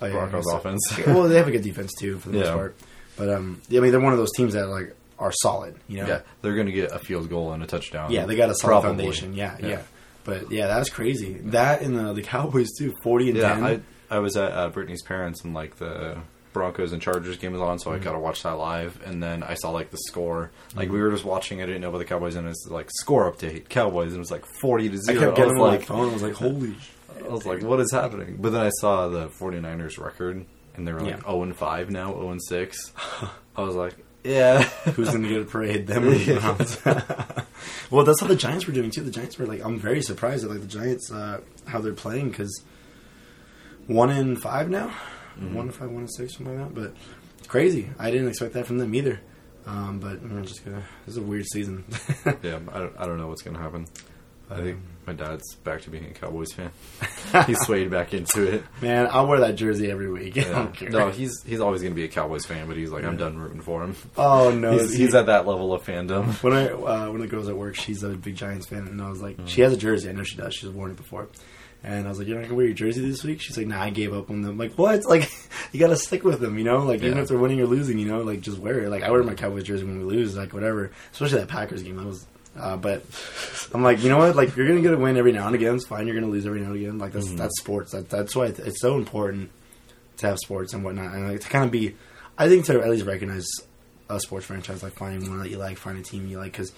S1: Oh, yeah,
S2: Broncos
S1: I guess.
S2: offense.
S1: *laughs* Yeah, well, they have a good defense too, for the most
S2: Yeah.
S1: part. But um, I mean, they're one of those teams that like are solid. You know,
S2: Yeah, they're going to get a field goal and a touchdown.
S1: Yeah, they got a solid
S2: Probably.
S1: foundation. Yeah, yeah,
S2: Yeah.
S1: But yeah, that's crazy. That and the, the Cowboys too, forty and ten.
S2: Yeah, I I was at uh, Brittany's parents and like the Broncos and Chargers game was on, so
S1: Mm-hmm.
S2: I got to watch that live. And then I saw like the score. Like we were just watching, I didn't know about the Cowboys, and it's like score update Cowboys, and it was like forty to
S1: I
S2: zero.
S1: kept
S2: I
S1: getting on my
S2: was like,
S1: phone. I was like, holy.
S2: I was like, what is happening? But then I saw the 49ers record, and they were like
S1: Yeah.
S2: zero and five now, zero and
S1: *laughs*
S2: six. I was like, yeah. *laughs*
S1: Who's going to get a parade? Them or the Browns? *laughs* well, that's how the Giants were doing too. The Giants were like, I'm very surprised at like the Giants uh, how they're playing because one in five now,
S2: Mm-hmm.
S1: one in five, one in six, something like that. But it's crazy. I didn't expect that from them either. Um, but I'm just gonna. This is a weird season. *laughs*
S2: Yeah, I don't, I don't know what's going to happen. I think
S1: Um,
S2: my dad's back to being a Cowboys
S1: *laughs*
S2: fan. he swayed back into it.
S1: Man, I'll wear that jersey every week. *laughs* I
S2: Yeah.
S1: don't care.
S2: No, he's he's always going to be a Cowboys fan, but he's like, I'm done rooting for him.
S1: oh no,
S2: He's, he's at that level of fandom.
S1: *laughs* When I uh, one of the girls at work, she's a big Giants fan, and I was like, she has a jersey. I know she does. She's worn it before. And I was like, you're not gonna wear your jersey this week? She's like, nah, I gave up on them. Like, what? *laughs* Like, you gotta stick with them, you know? Like, even
S2: Yeah.
S1: if they're winning or losing, you know, like just wear it. Like, I wear my Cowboys jersey when we lose, like whatever. Especially that Packers game. That was. Uh, but *laughs* I'm like, you know what? Like, you're gonna get a win every now and again. It's fine. You're gonna lose every now and again. Like that's that's sports. That, that's why it's it's so important to have sports and whatnot, and like to kind of be, I think to at least recognize a sports franchise, like finding one that you like, find a team you like, because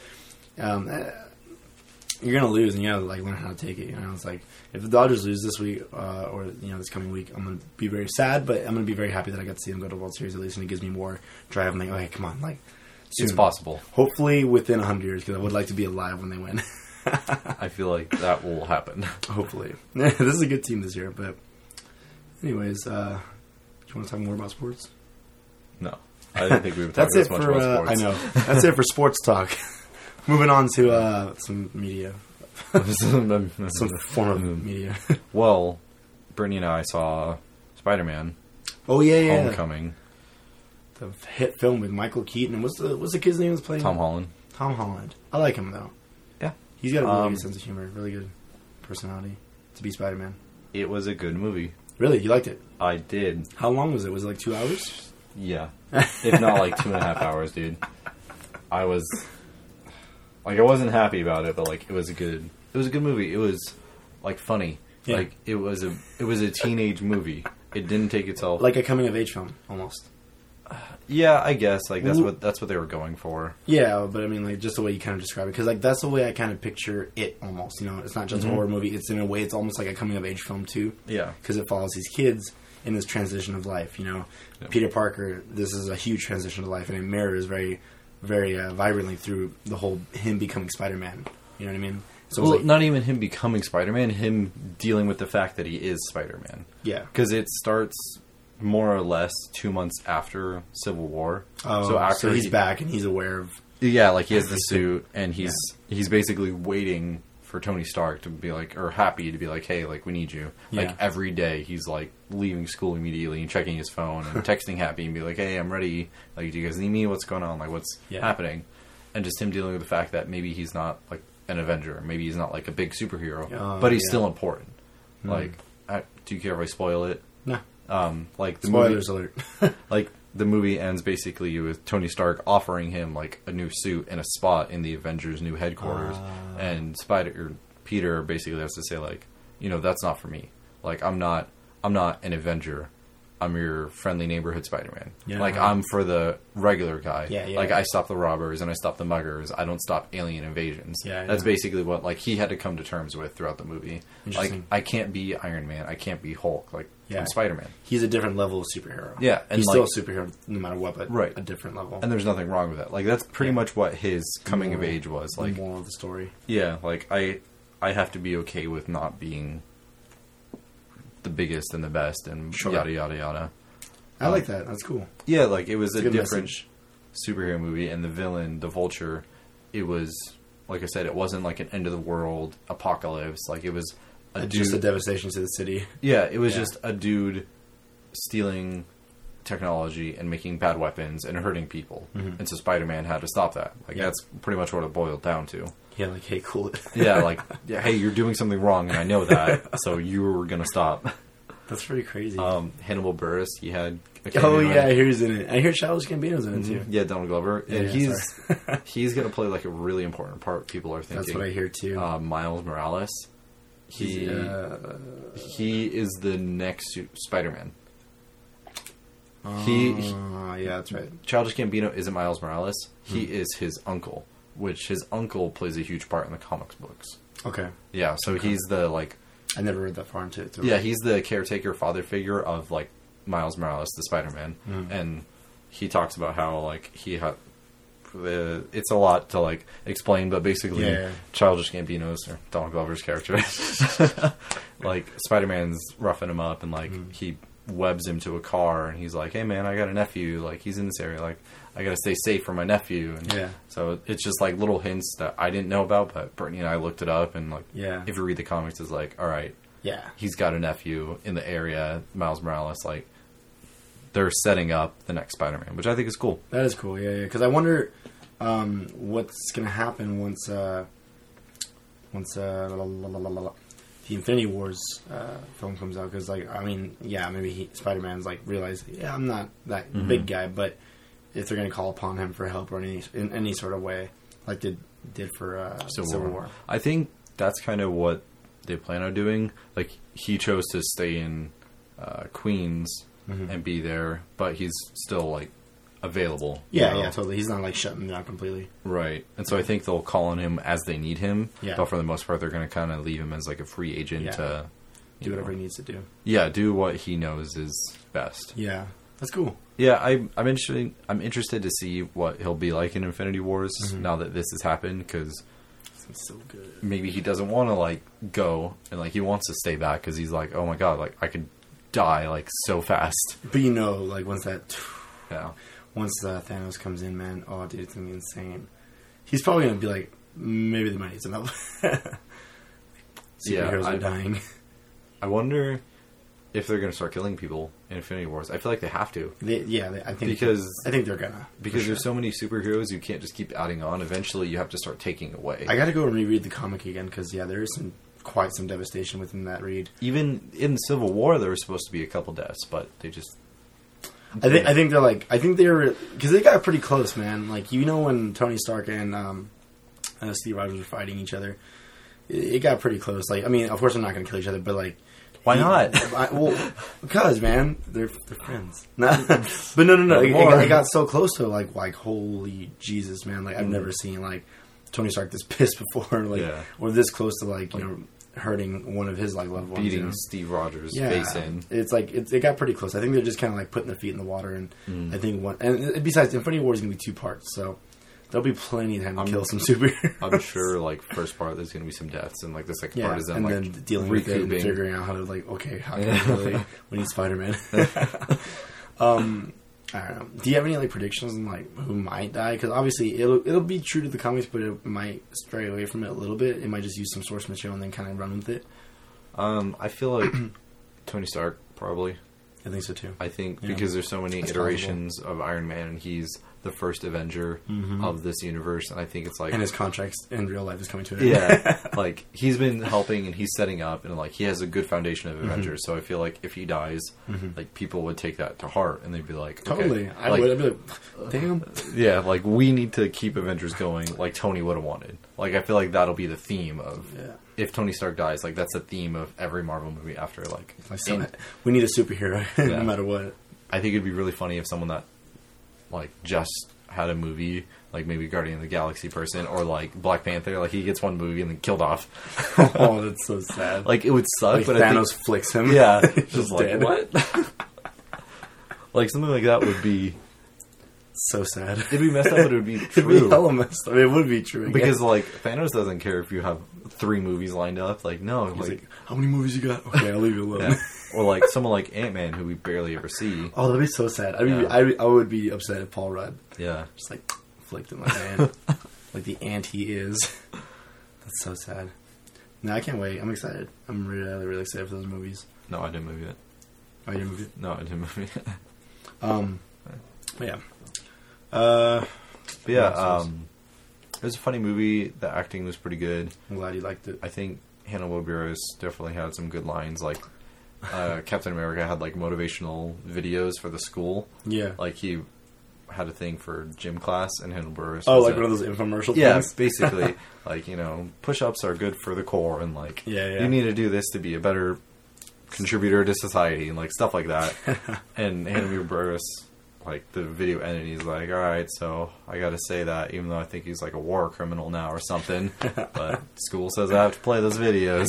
S1: um, eh, you're gonna lose, and you have to like learn how to take it. You know, it's like if the Dodgers lose this week uh, or you know this coming week, I'm gonna be very sad, but I'm gonna be very happy that I got to see them go to World Series at least, and it gives me more drive. I'm like, okay, come on, like
S2: It's
S1: soon.
S2: possible.
S1: Hopefully within 100 years, because I would like to be alive when they win. *laughs*
S2: I feel like that will happen.
S1: Hopefully, *laughs* this is a good team this year. But, anyways, uh, do you want to talk more about sports?
S2: No, I didn't think we would talk
S1: That's it
S2: this much
S1: for
S2: about
S1: uh, I
S2: sports.
S1: know.
S2: *laughs*
S1: That's it for sports talk. *laughs* Moving on to uh, some media,
S2: *laughs*
S1: some form
S2: Mm-hmm.
S1: of media.
S2: well, Brittany and I saw Spider-Man
S1: Oh yeah, yeah.
S2: Homecoming.
S1: The hit film with Michael Keaton. and What's the what's the kid's name that's playing
S2: Tom Holland.
S1: Tom Holland. I like him though.
S2: Yeah.
S1: He's got a really
S2: Um,
S1: good sense of humor, really good personality to be Spider Man.
S2: It was a good movie.
S1: Really, you liked it?
S2: I did.
S1: How long was it? Was it like two hours?
S2: Yeah. If not like two and a half hours, dude. I was like I wasn't happy about it, but like it was a good it was a good movie. It was like funny.
S1: Yeah.
S2: Like it was a it was a teenage movie. It didn't take itself
S1: Like a coming of age film, almost.
S2: Yeah, I guess like that's
S1: Wh-
S2: what that's what they were going for.
S1: Yeah, but I mean, like just the way you kind of describe it, because like that's the way I kind of picture it almost. You know, it's not just a horror movie; it's in a way, it's almost like a coming of age film too.
S2: Mm-hmm. Yeah.
S1: because it follows these kids in this transition of life. You know,
S2: Yeah.
S1: Peter Parker. This is a huge transition of life, and it mirrors very, very uh, vibrantly through the whole him becoming Spider Man. You know what I mean? So
S2: Well,
S1: it's like,
S2: not even him becoming Spider-Man, him dealing with the fact that he is Spider-Man.
S1: yeah,
S2: Cuz it starts more or less 2 months after Civil War.
S1: oh, so,
S2: after
S1: he's
S2: he-
S1: back and he's aware of.
S2: Yeah, like he has the suit, and he's he's basically waiting for Tony Stark to be like, or Happy to be like, hey, like we need you.
S1: Yeah.
S2: Like every day, he's like leaving school immediately and checking his phone
S1: *laughs*
S2: and texting Happy and be like, hey, I'm ready. Like, do you guys need me? What's going on? Like, what's
S1: Yeah.
S2: happening? And just him dealing with the fact that maybe he's not like an Avenger, maybe he's not like a big superhero,
S1: Yeah.
S2: but he's
S1: Yeah. Hmm.
S2: still important. Like, I, do you care if I spoil it?
S1: Nah,
S2: Um, like the movie-
S1: spoilers alert. *laughs*
S2: like the movie ends basically with Tony Stark offering him like a new suit and a spot in the Avengers' new headquarters,
S1: Ah.
S2: and Spider or Peter basically has to say like, you know, that's not for me. Like I'm not, I'm not an Avenger. I'm your friendly neighborhood Spider-Man.
S1: Yeah.
S2: Like I'm for the regular guy.
S1: Yeah, yeah.
S2: Like I stop the robbers and I stop the muggers. I don't stop alien invasions.
S1: Yeah,
S2: That's
S1: yeah.
S2: basically what like he had to come to terms with throughout the movie. Like
S1: Interesting.
S2: I can't be Iron Man. I can't be Hulk. Like
S1: Yeah.
S2: I'm Spider-Man.
S1: He's a different level of superhero.
S2: Yeah, and
S1: he's still
S2: like-
S1: a superhero no matter what, but
S2: Right.
S1: a different level.
S2: And there's nothing wrong with that. Like that's pretty much what his coming of
S1: Moral-
S2: age was.
S1: the
S2: Like
S1: moral of the story.
S2: yeah, like I I have to be okay with not being the biggest and the best and
S1: Sure.
S2: yada yada yada.
S1: I like that. That's cool.
S2: Yeah, like it was
S1: a
S2: a,
S1: good
S2: different
S1: message.
S2: superhero movie, and the villain, the Vulture, it was like I said, it wasn't like an end of the world apocalypse. Like it was a dude.
S1: Just the devastation to the city. *laughs*
S2: yeah, it was
S1: yeah.
S2: just a dude stealing technology and making bad weapons and hurting people, and so Spider-Man had to stop that. Like
S1: Mm-hmm. Yeah.
S2: that's pretty much what it boiled down to.
S1: Yeah, like hey, cool it. *laughs*
S2: Yeah, *laughs* like yeah, hey, you're doing something wrong, and I know that, so you were gonna stop.
S1: That's pretty crazy.
S2: Um, Hannibal Burris, he had. a cameo
S1: oh
S2: in
S1: yeah, Mm-hmm. I hear he's in it. I hear Childish Gambino's in it too.
S2: Yeah, Donald Glover,
S1: Yeah,
S2: and
S1: yeah,
S2: he's
S1: *laughs*
S2: he's gonna play like a really important part. People are thinking
S1: That's what I hear too.
S2: Uh, Miles Morales, he
S1: He's, uh,
S2: he is the next Spider Man. He, he
S1: uh, yeah, that's right.
S2: Childish Gambino isn't Miles Morales. He is his uncle, which his uncle plays a huge part in the comics books.
S1: Okay,
S2: Yeah, so he's the like
S1: I never read that far into it. so-
S2: yeah he's the caretaker father figure of like Miles Morales, the Spider Man,
S1: Mm-hmm.
S2: and he talks about how like he had. The, it's a lot to like explain, but basically,
S1: Yeah.
S2: childish Gambino's or Donald Glover's character, *laughs* like Spider Man's roughing him up, and like
S1: Mm-hmm.
S2: he webs him to a car, and he's like, "Hey man, I got a nephew. Like he's in this area. Like I gotta stay safe for my nephew." And
S1: Yeah.
S2: so it's just like little hints that I didn't know about, but Brittany and I looked it up, and like,
S1: Yeah.
S2: if you read the comics, it's like, all right,
S1: yeah,
S2: he's got a nephew in the area, Miles Morales. Like they're setting up the next Spider-Man, which I think is cool.
S1: that is cool. Yeah, yeah. Because I wonder um, what's gonna happen once uh, once uh, la, la, la, la, la, la, the Infinity Wars uh, film comes out. Because like, I mean, yeah, maybe he, Spider-Man's like realized, yeah, I'm not that big guy, but if they're gonna call upon him for help or any in any sort of way, like did did for uh, Civil, War.
S2: I think that's kind of what they plan on doing. Like he chose to stay in uh, Queens
S1: Mm-hmm.
S2: and be there, but he's still like available. you
S1: Yeah,
S2: know?
S1: yeah, totally. He's not like shutting down completely.
S2: Right. And so I think they'll call on him as they need him.
S1: Yeah.
S2: But for the most part, they're going to kind of leave him as like a free agent
S1: Yeah.
S2: to you
S1: Do whatever
S2: know.
S1: he needs to do.
S2: Yeah, do what he knows is best.
S1: Yeah, that's cool.
S2: Yeah, I, I'm interested. I'm interested to see what he'll be like in Infinity Wars
S1: Mm-hmm.
S2: now that this has happened because
S1: It's so good.
S2: maybe he doesn't want to like go and like he wants to stay back because he's like, oh my god, like I could die like so fast.
S1: But you know, like once that
S2: Yeah,
S1: once uh, Thanos comes in, man, oh dude, it's gonna be insane. He's probably gonna be like, maybe the money's *laughs* enough. Superheroes
S2: Yeah,
S1: are
S2: I-
S1: dying. *laughs*
S2: I wonder if they're gonna start killing people in Infinity Wars. I feel like they have to
S1: They, yeah, they, I think
S2: Because-
S1: I think they're gonna
S2: because there's so many superheroes you can't just keep adding on. Eventually, you have to start taking away.
S1: I gotta go and reread the comic again because yeah, there is some quite some devastation within that read.
S2: Even in Civil War, there was supposed to be a couple deaths, but they just
S1: I think I think they're like I think they're because they got pretty close, man. Like you know when Tony Stark and um, uh, Steve Rogers were fighting each other, it, it got pretty close. Like I mean, of course they're not going to kill each other, but like
S2: why
S1: he- *laughs*
S2: not?
S1: I, well, because man, they're they're friends. *laughs*
S2: *laughs*
S1: No, but no, no, no.
S2: Not
S1: It, it
S2: more.
S1: got, it got so close to like like holy Jesus, man. Like I've never seen like Tony Stark this *laughs* pissed before, like
S2: Mm. Yeah.
S1: or this close to like you know hurting one of his like loved ones. you
S2: Beating
S1: know?
S2: Steve Rogers face in.
S1: It's like it, it got pretty close. I think they're just kind of like putting their feet in the water, and
S2: Mm.
S1: I think one. And besides, Infinity War is gonna be two parts, so there'll be plenty of time to kill some *laughs* superheroes.
S2: I'm sure, like first part, there's gonna be some deaths, and like the second
S1: yeah,
S2: part is them
S1: and
S2: like
S1: then dealing with it
S2: recouping.
S1: and figuring out how to like, okay, how can
S2: Yeah.
S1: we really? We need Spider
S2: *laughs*
S1: Man. *laughs* um, I don't know. Do you have any like predictions on like who might die? Because obviously it'll it'll be true to the comics, but it might stray away from it a little bit. It might just use some source material and then kind of run with it.
S2: um, I feel like *clears throat* Tony Stark probably.
S1: I think so too.
S2: I think
S1: Yeah.
S2: because there's so many
S1: That's
S2: iterations of Iron Man, and he's the first Avenger of this universe, and I think it's like
S1: Mm-hmm. and his contracts in real life is coming to an end.
S2: *laughs* yeah, like he's been helping and he's setting up, and like he has a good foundation
S1: Mm-hmm.
S2: of Avengers. So I feel like if he dies, like people would take that to heart, and they'd be like,
S1: *laughs*
S2: okay,
S1: Totally. I
S2: like, uh,
S1: would. I'd be like, damn.
S2: yeah, like we need to keep Avengers going, like Tony would have wanted. Like I feel like that'll be the theme of
S1: Yeah.
S2: if Tony Stark dies, like that's the theme of every Marvel movie after. Like,
S1: I still- we need a superhero *laughs* no matter
S2: *laughs*
S1: what.
S2: I think it'd be really funny if someone that like just had a movie, like maybe Guardian of the Galaxy person or like Black Panther, like he gets one movie and then killed off. *laughs*
S1: oh, that's so sad.
S2: like it would suck,
S1: Like
S2: but I think
S1: Thanos flicks him. *laughs*
S2: yeah,
S1: He's
S2: just like
S1: dead.
S2: what? *laughs* like something like that would be
S1: So sad.
S2: it'd be messed up, but it would
S1: *laughs*
S2: be
S1: It'd be
S2: true.
S1: hella messed up. It would be true. I
S2: because
S1: guess.
S2: like Thanos doesn't care if you have three movies lined up. Like no,
S1: He's
S2: like,
S1: like, how many movies you got? Okay, I'll leave you alone.
S2: yeah. or like someone like Ant Man who we barely ever see.
S1: *laughs* Oh, that'd be so sad. I mean,
S2: Yeah.
S1: I, I would be upset at Paul Rudd.
S2: Yeah,
S1: Just like flicked in my
S2: *laughs*
S1: hand, like the ant he is. That's so sad. No, I can't wait. I'm excited. I'm really, really excited for those movies.
S2: no, I didn't move it.
S1: Are you movie?
S2: No, I didn't move it.
S1: Um, but yeah. Uh,
S2: *laughs* But yeah,
S1: Makes sense.
S2: um, it was a funny movie. The acting was pretty good.
S1: I'm glad you liked it.
S2: I think Hannah Barberos definitely had some good lines. Like uh, *laughs* Captain America had like motivational videos for the school.
S1: Yeah.
S2: Like he had a thing for gym class, and Hannah Barberos.
S1: oh,
S2: was
S1: like
S2: it.
S1: one of those infomercial
S2: *laughs* Yeah,
S1: things. *laughs*
S2: basically, like you know, push-ups are good for the core, and like
S1: Yeah, yeah.
S2: you need to do this to be a better contributor to society, and like stuff
S1: *laughs*
S2: like that. and Hannah Burris, like the video entity, is like, all right, so I got to say that, even though I think he's like a war criminal now
S1: *laughs*
S2: or something, but school says I have to play those videos.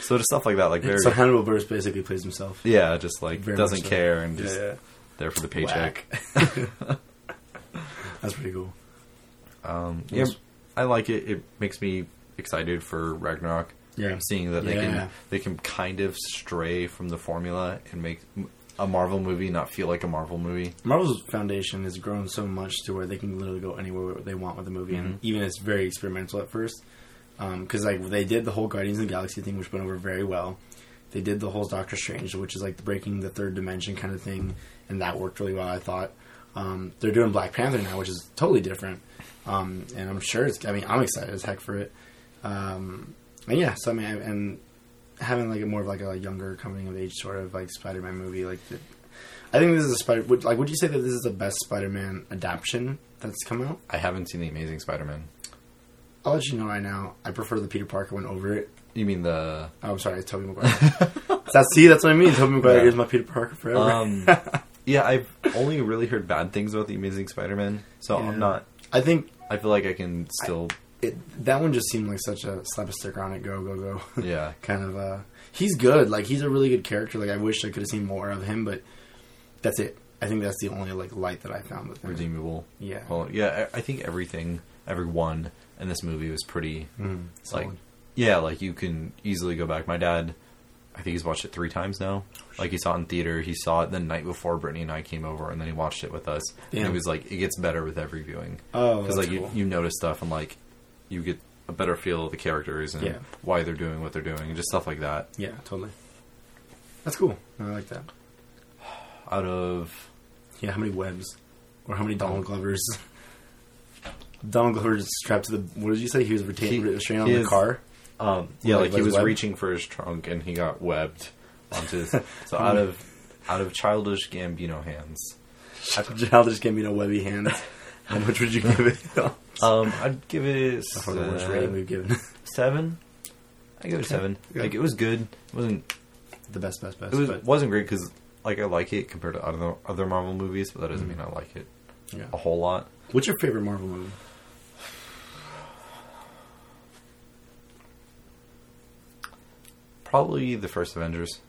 S2: so just stuff like that, like very,
S1: So Hannibal Buress basically plays himself.
S2: yeah, just like
S1: Very
S2: doesn't
S1: much so.
S2: care and
S1: Yeah,
S2: just
S1: yeah.
S2: there for the paycheck.
S1: Whack. *laughs* That's pretty cool.
S2: Um, yeah, I like it. It makes me excited for Ragnarok.
S1: Yeah.
S2: seeing that they
S1: Yeah.
S2: can they can kind of stray from the formula and make m- a Marvel movie not feel like a Marvel movie.
S1: Marvel's foundation has grown so much to where they can literally go anywhere they want with a movie, and even it's very experimental at first. Because like they did the whole Guardians of the Galaxy thing, which went over very well. They did the whole Doctor Strange, which is like the breaking the third dimension kind of thing, and that worked really well. I thought um, they're doing Black Panther now, which is totally different, um, and I'm sure it's. I mean, I'm excited as heck for it. Um, and yeah, so I mean, I- and having like a more of like a younger coming of age sort of like Spider-Man movie, like the, I think this is a Spider. Would, like, would you say that this is the best Spider-Man adaptation that's come out?
S2: I haven't seen the Amazing Spider-Man.
S1: I'll let you know right now. I prefer the Peter Parker one over it.
S2: You mean the?
S1: Oh, I'm sorry, it's Tobey
S2: *laughs*
S1: Maguire. that's see, that's what I mean. Tobey Maguire
S2: Yeah.
S1: is my Peter Parker forever.
S2: Um, *laughs* yeah, I've only really heard bad things about the Amazing Spider-Man, so
S1: Yeah.
S2: I'm not.
S1: I think
S2: I feel like I can still.
S1: it, that one just seemed like such a slap a sticker on it. Go go go.
S2: yeah,
S1: *laughs* kind of. Uh, he's good. Like he's a really good character. Like I wish I could have seen more of him, but that's it. I think that's the only like light that I found with him.
S2: redeemable.
S1: Yeah.
S2: Well, yeah, I, I think everything, everyone in this movie was pretty.
S1: Mm,
S2: it's like,
S1: solid.
S2: yeah, like you can easily go back. My dad, I think he's watched it three times now.
S1: Oh,
S2: Like he saw it in theater. He saw it the night before Brittany and I came over, and then he watched it with us. And
S1: Damn.
S2: it was like it gets better with every viewing.
S1: Oh,
S2: because
S1: that's
S2: like
S1: cool.
S2: you you notice stuff and like you get a better feel of the characters and
S1: Yeah.
S2: why they're doing what they're doing, and just stuff like that.
S1: Yeah, totally. That's cool. I like that.
S2: Out of
S1: Yeah, how many webs? Or how many Donald Glovers? *laughs* Donald Glover is strapped to the. What did you say? He was
S2: He-
S1: retain, restrained on
S2: he
S1: the
S2: is-
S1: car.
S2: Um, yeah,
S1: Like,
S2: like, he
S1: was
S2: was
S1: webbed?
S2: reaching for his trunk and he got webbed onto
S1: *laughs*
S2: his. so out of out of childish
S1: *laughs*
S2: Gambino hands,
S1: Childish Gambino webby
S2: *laughs*
S1: hands. How much would you give it? *laughs* That's
S2: um, I'd give it
S1: probably the worst rating we've given.
S2: seven.
S1: *laughs*
S2: I give it seven.
S1: yeah.
S2: Like it was good. It wasn't
S1: the best, best, best.
S2: it was
S1: but,
S2: wasn't great because like I like it compared to other other Marvel movies, but that doesn't
S1: Mm-hmm.
S2: mean I like it
S1: yeah.
S2: a whole lot.
S1: What's your favorite Marvel movie?
S2: Probably the first Avengers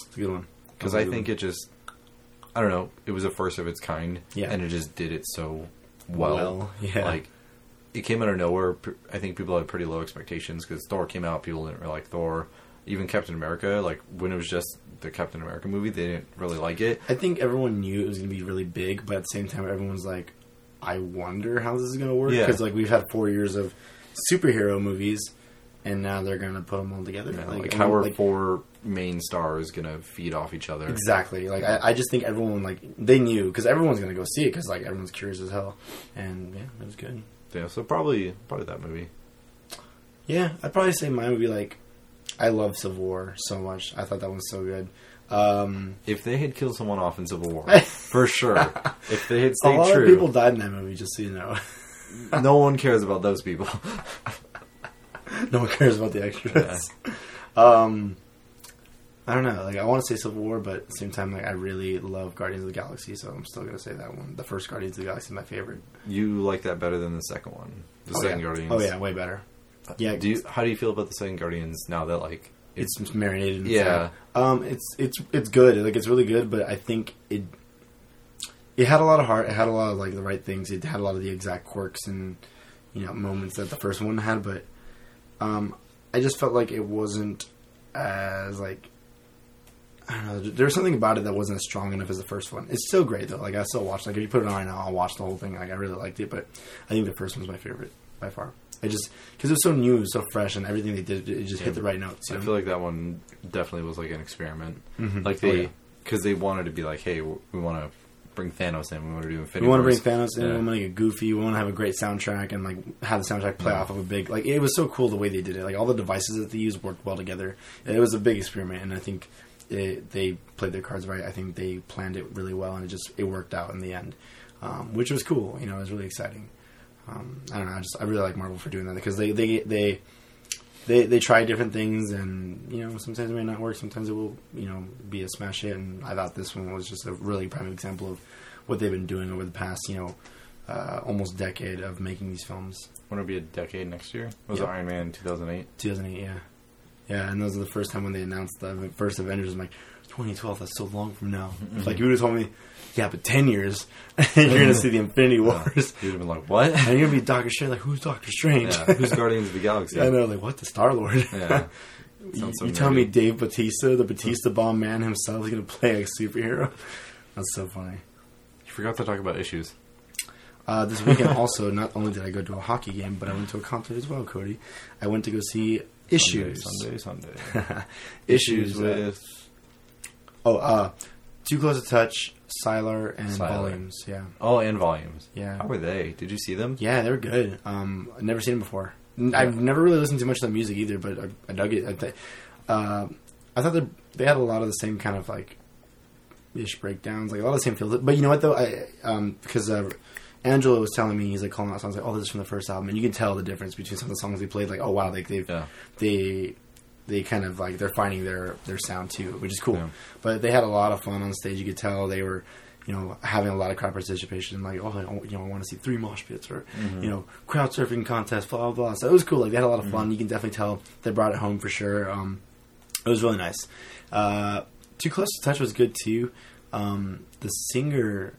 S1: It's a good one.
S2: because I think it just I don't know. It was a first of its kind,
S1: Yeah.
S2: and it just did it so well.
S1: Well, yeah.
S2: like it came out of nowhere. P- I think people had pretty low expectations because Thor came out, people didn't really like Thor. Even Captain America, like when it was just the Captain America movie, they didn't really like it.
S1: I think everyone knew it was going to be really big, but at the same time, everyone's like, I wonder how this is going to work.
S2: Yeah.
S1: Because, like, we've had four years of superhero movies, and now they're going to put them all together.
S2: You know, like,
S1: I
S2: how
S1: mean,
S2: are four main stars gonna feed off each other?
S1: Exactly. Like I, I just think everyone like they knew because everyone's gonna go see it because like everyone's curious as hell, and yeah, it was good.
S2: Yeah, so probably probably that movie.
S1: Yeah, I'd probably say mine would be like, I love Civil War so much. I thought that was so good. Um,
S2: If they had killed someone off in
S1: *laughs*
S2: Civil War, for sure. If they had
S1: a lot
S2: stayed
S1: of people
S2: true,
S1: died in that movie, just so you know.
S2: no one cares about those people.
S1: *laughs* No one cares about the extras. *laughs* um, I don't know. Like I want to say Civil War, but at the same time, like I really love Guardians of the Galaxy, so I'm still gonna say that one. The first Guardians of the Galaxy is my favorite.
S2: *laughs* You like that better than the second one, the
S1: oh,
S2: second
S1: yeah.
S2: Guardians.
S1: Oh yeah, way better. Yeah,
S2: Do you? How do you feel about the second Guardians now that like it's
S1: it's marinated. In
S2: Yeah.
S1: fat. um, it's it's it's good. Like it's really good, but I think it it had a lot of heart. It had a lot of like the right things. It had a lot of the exact quirks and you know moments that the first one had, but um, I just felt like it wasn't as like. I don't know. There was something about it that wasn't as strong enough as the first one. It's still great though. Like I still watch. Like if you put it on right now, I'll watch the whole thing. Like I really liked it, but I think the first one's my favorite by far. I just because it was so new, it was so fresh, and everything they did, it just
S2: Yeah.
S1: hit the right notes. you
S2: I
S1: know?
S2: feel like that one definitely was like an experiment.
S1: Mhm.
S2: Like
S1: Oh,
S2: they,
S1: yeah.
S2: because they wanted to be like, hey, w- we want to bring Thanos in. We want to do Infinity.
S1: We want to bring
S2: Wars.
S1: Thanos in.
S2: Yeah.
S1: We want to make it goofy. We want to have a great soundtrack and like have the soundtrack play
S2: Yeah.
S1: off of a big. Like it was so cool the way they did it. Like all the devices that they used worked well together. It was a big experiment, and I think it, they played their cards right. I think they planned it really well, and it just it worked out in the end, um, which was cool. You know, it was really exciting. Um, I don't know. I just I really like Marvel for doing that because they they they. They, they try different things and you know sometimes it may not work sometimes it will you know be a smash hit and I thought this one was just a really prime example of what they've been doing over the past, you know, uh, almost decade of making these films.
S2: Want to be a decade next year? Was
S1: Yep.
S2: it Iron Man 2008?
S1: 2008, yeah, yeah, and those are the first time when they announced the first Avengers. I'm like, 2012, that's so long from now. It's Like you would have told me, yeah, but 10 years, *laughs* you're
S2: Mm-hmm.
S1: gonna see the Infinity Wars, *laughs*
S2: You'd have been like, what?
S1: and you're gonna be Doctor Strange. Like, who's Doctor Strange?
S2: yeah. *laughs*
S1: *laughs*
S2: Who's Guardians of the Galaxy?
S1: and they're like, what, the Star Lord?
S2: *laughs* Yeah.
S1: you,
S2: Sounds so
S1: you tell me
S2: nerdy.
S1: Dave Batista, the Batista bomb man himself, is gonna play a superhero? *laughs* That's so funny.
S2: You forgot to talk about issues.
S1: Uh, this
S2: *laughs*
S1: weekend, also, not only did I go to a hockey game, but I went to a concert as well, Cody. I went to go see Issues.
S2: Sunday, Sunday.
S1: *laughs* Issues
S2: *laughs*
S1: with. Oh, uh, Too Close to Touch, Siler, and
S2: Siler.
S1: Volumes. Yeah.
S2: Oh, and volumes.
S1: Yeah.
S2: How were they? Did you see them?
S1: Yeah, they were good. Um, I've never seen them before. N I've never really listened to much of the music either, but I, I dug it. I, th- uh, I thought that they had a lot of the same kind of like ish breakdowns, like a lot of the same feels. But you know what though, I um, because uh, Angelo was telling me he's like calling out songs like, "Oh, this is from the first album," and you can tell the difference between some of the songs he played. Like, oh wow, like they've
S2: Yeah.
S1: they they kind of like they're finding their their sound too, which is cool.
S2: Yeah.
S1: But they had a lot of fun on stage. You could tell they were, you know, having a lot of crowd participation. Like, oh, I- you know, I want to see three mosh pits or
S2: Mm-hmm.
S1: you know, crowd surfing contest, blah blah. blah. So it was cool. Like they had a lot of fun. You can definitely tell they brought it home for sure. Um, it was really nice. Uh, Too close to touch was good too. Um, the singer,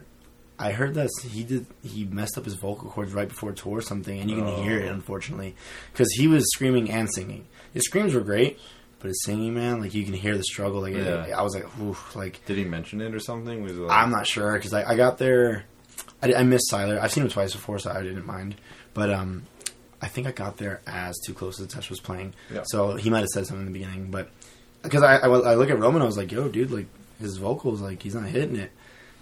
S1: I heard that he did he messed up his vocal cords right before tour or something, and you can
S2: Oh.
S1: hear it unfortunately because he was screaming and singing. His screams were great, but his singing, man, like you can hear the struggle. Like
S2: Yeah.
S1: I was like, oof, like
S2: Did he mention it or something? Was it like,
S1: I'm not sure because I, I got there. I, I missed Siler. I've seen him twice before, so I didn't mind. But um, I think I got there as Too Close to the Touch was playing.
S2: Yeah.
S1: So he might have said something in the beginning, but because I, I, was- I look at Roman, I was like, "Yo, dude, like his vocals, like he's not hitting it."